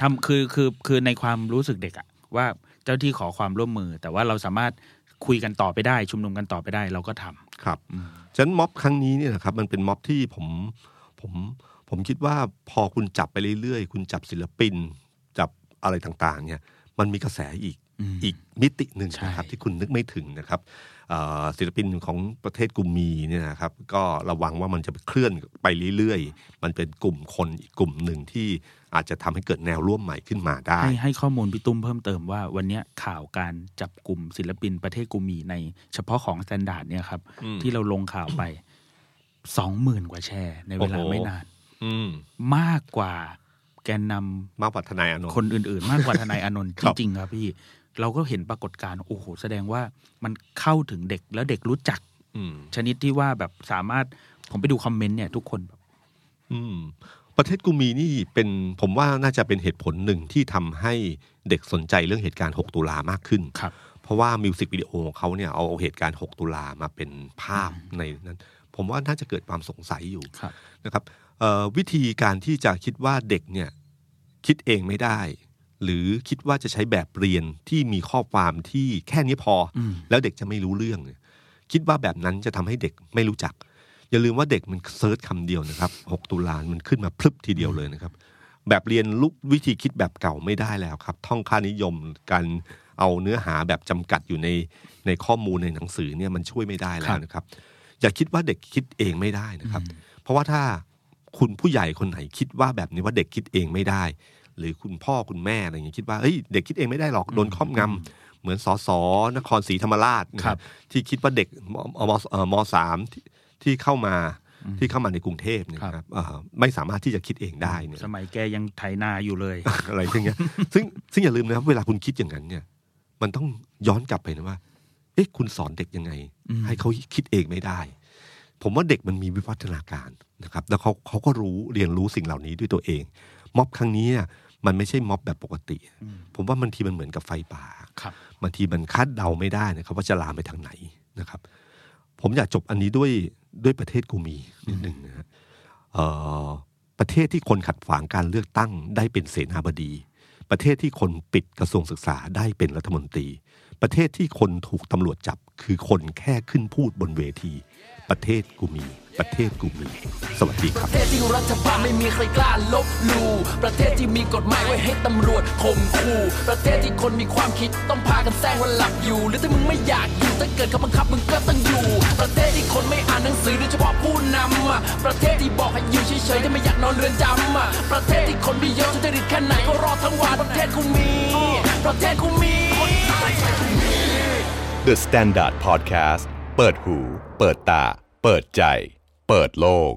ทำคือคือคือในความรู้สึกเด็กอะว่าเจ้าที่ขอความร่วมมือ แต่ว่าเราสามารถคุยกันต่อไปได้ ชุมนุมกันต่อไปได้เราก็ทำ ครับฉะนั้นม็อบครั้งนี้เนี่ยนะครับมันเป็นม็อบที่ผมผมผมคิดว่าพอคุณจับไปเรื่อยๆ คุณจับศิลปิน จับอะไรต่างๆเนี่ยมันมีกระแสอีกอีกมิติหนึ่ง ใช่ นะครับที่คุณนึกไม่ถึงนะครับเอ่อศิลปินของประเทศกุมมีเนี่ยนะครับก็ระวังว่ามันจะเคลื่อนไปเรื่อยๆ มันเป็นกลุ่มคนอีกกลุ่มหนึ่งที่อาจจะทำให้เกิดแนวร่วมใหม่ขึ้นมาได้ ให้ให้ข้อมูลพี่ตุ้มเพิ่มเติมว่าวันเนี้ยข่าวการจับกลุ่มศิลปินประเทศกูมีในเฉพาะของสแตนดาร์ดเนี่ยครับ อืม ที่เราลงข่าวไปสองหมื่นกว่าแชร์ ในเวลา โอ้โห ไม่นาน อืม มากกว่าแกนนำ มากกว่าทนายอานนท์ คนอื่น ๆ มากกว่าทนายอานนท์ ค จ รับ ริง ๆ ครับพี่ เราก็เห็นปรากฏการณ์โอ้โหแสดงว่ามันเข้าถึงเด็กแล้วเด็กรู้จัก อืม ชนิดที่ว่าแบบสามารถผมไปดูคอมเมนต์เนี่ยทุกคนแบบ อืม ไป ประเทศกูมีนี่เป็นผมว่าน่าจะเป็นเหตุผลหนึ่งที่ทำให้เด็กสนใจเรื่องเหตุการณ์ 6 ตุลามากขึ้น ครับ เพราะว่ามิวสิกวิดีโอของเขาเนี่ยเอาเหตุการณ์ 6 ตุลามาเป็นภาพในนั้น ผมว่าน่าจะเกิดความสงสัยอยู่ ครับ นะครับเอ่อวิธีการที่จะคิดว่าเด็กเนี่ยคิดเองไม่ได้ หรือคิดว่าจะใช้แบบเรียนที่มีข้อความที่แค่นี้พออ ม แล้วเด็กจะไม่รู้เรื่องเนี่ยคิดว่าแบบนั้นจะทำให้เด็กไม่รู้จัก อย่าลืมว่าเด็กมันเซิร์ชคำเดียวนะครับ 6 ตุลามันขึ้นมาพลึบทีเดียวเลยนะครับ แบบเรียนลุกวิธีคิดแบบเก่าไม่ได้แล้วครับ ท่องค่านิยมการเอาเนื้อหาแบบจำกัดอยู่ในในข้อมูลในหนังสือเนี่ยมันช่วยไม่ได้แล้วนะครับ อย่าคิดว่าเด็กคิดเองไม่ได้นะครับ เพราะว่าถ้าคุณผู้ใหญ่คนไหนคิดว่าแบบนี้ว่าเด็กคิดเองไม่ได้ หรือคุณพ่อคุณแม่อะไรอย่างเงี้ยคิดว่าเอ้ยเด็กคิดเองไม่ได้หรอกโดนครอบงำเหมือนสสนครศรีธรรมราชนะครับ ที่คิดว่าเด็กมมเอ่อมสามที่ที่เข้ามาที่เข้ามาในกรุงเทพเนี่ยนะครับเอ่อไม่สามารถที่จะคิดเองได้เนี่ย สมัยแกยังไถนาอยู่เลย อะไรอย่างเงี้ย ซึ่งซึ่งอย่าลืมนะครับ เวลาคุณคิดอย่างนั้นเนี่ย มันต้องย้อนกลับไปนะว่า เอ๊ะ คุณสอนเด็กยังไง อืม ให้เขาคิดเองไม่ได้ ผมว่าเด็กมันมีวิวัฒนาการนะครับ แล้วเขาเขาก็รู้เรียนรู้สิ่งเหล่านี้ด้วยตัวเอง ม็อบครั้งนี้เนี่ยมันไม่ใช่ม็อบแบบปกติ ผมว่าบางทีมันเหมือนกับไฟป่า ครับ บางทีมันคาดเดาไม่ได้นะครับว่าจะลามไปทางไหนนะครับ ผมอยากจบอันนี้ด้วยด้วยประเทศกูมีนิดหนึ่งนะฮะเอ่อประเทศที่คนขัดขวางการเลือกตั้งได้เป็นเสนาบดี ประเทศที่คนปิดกระทรวงศึกษาได้เป็นรัฐมนตรี ประเทศที่คนถูกตำรวจจับคือคนแค่ขึ้นพูดบนเวที ประเทศกูมี ประเทศกูมี สวัสดีครับ ประเทศที่รัฐบาลไม่มีใครกล้าลบหลู่ประเทศที่มีกฎหมายไว้ให้ตำรวจข่มขู่ประเทศที่คนมีความคิดต้องพากันแซงวันหลับอยู่ หรือถ้ามึงไม่อยากอยู่ถ้าเกิดเขาบังคับมึงก็ต้องอยู่ ประเทศที่คนไม่อ่านหนังสือโดยเฉพาะผู้นำอะประเทศที่บอกให้อยู่เฉยๆถ้าไม่อยากนอนเรือนจำอะประเทศที่คนมีเยอะจะริตแค่ไหนก็รอดทั้งวันประเทศกูมี ประเทศกูมี The Standard Podcast เปิดหู เปิดตา เปิดใจ เปิดโลก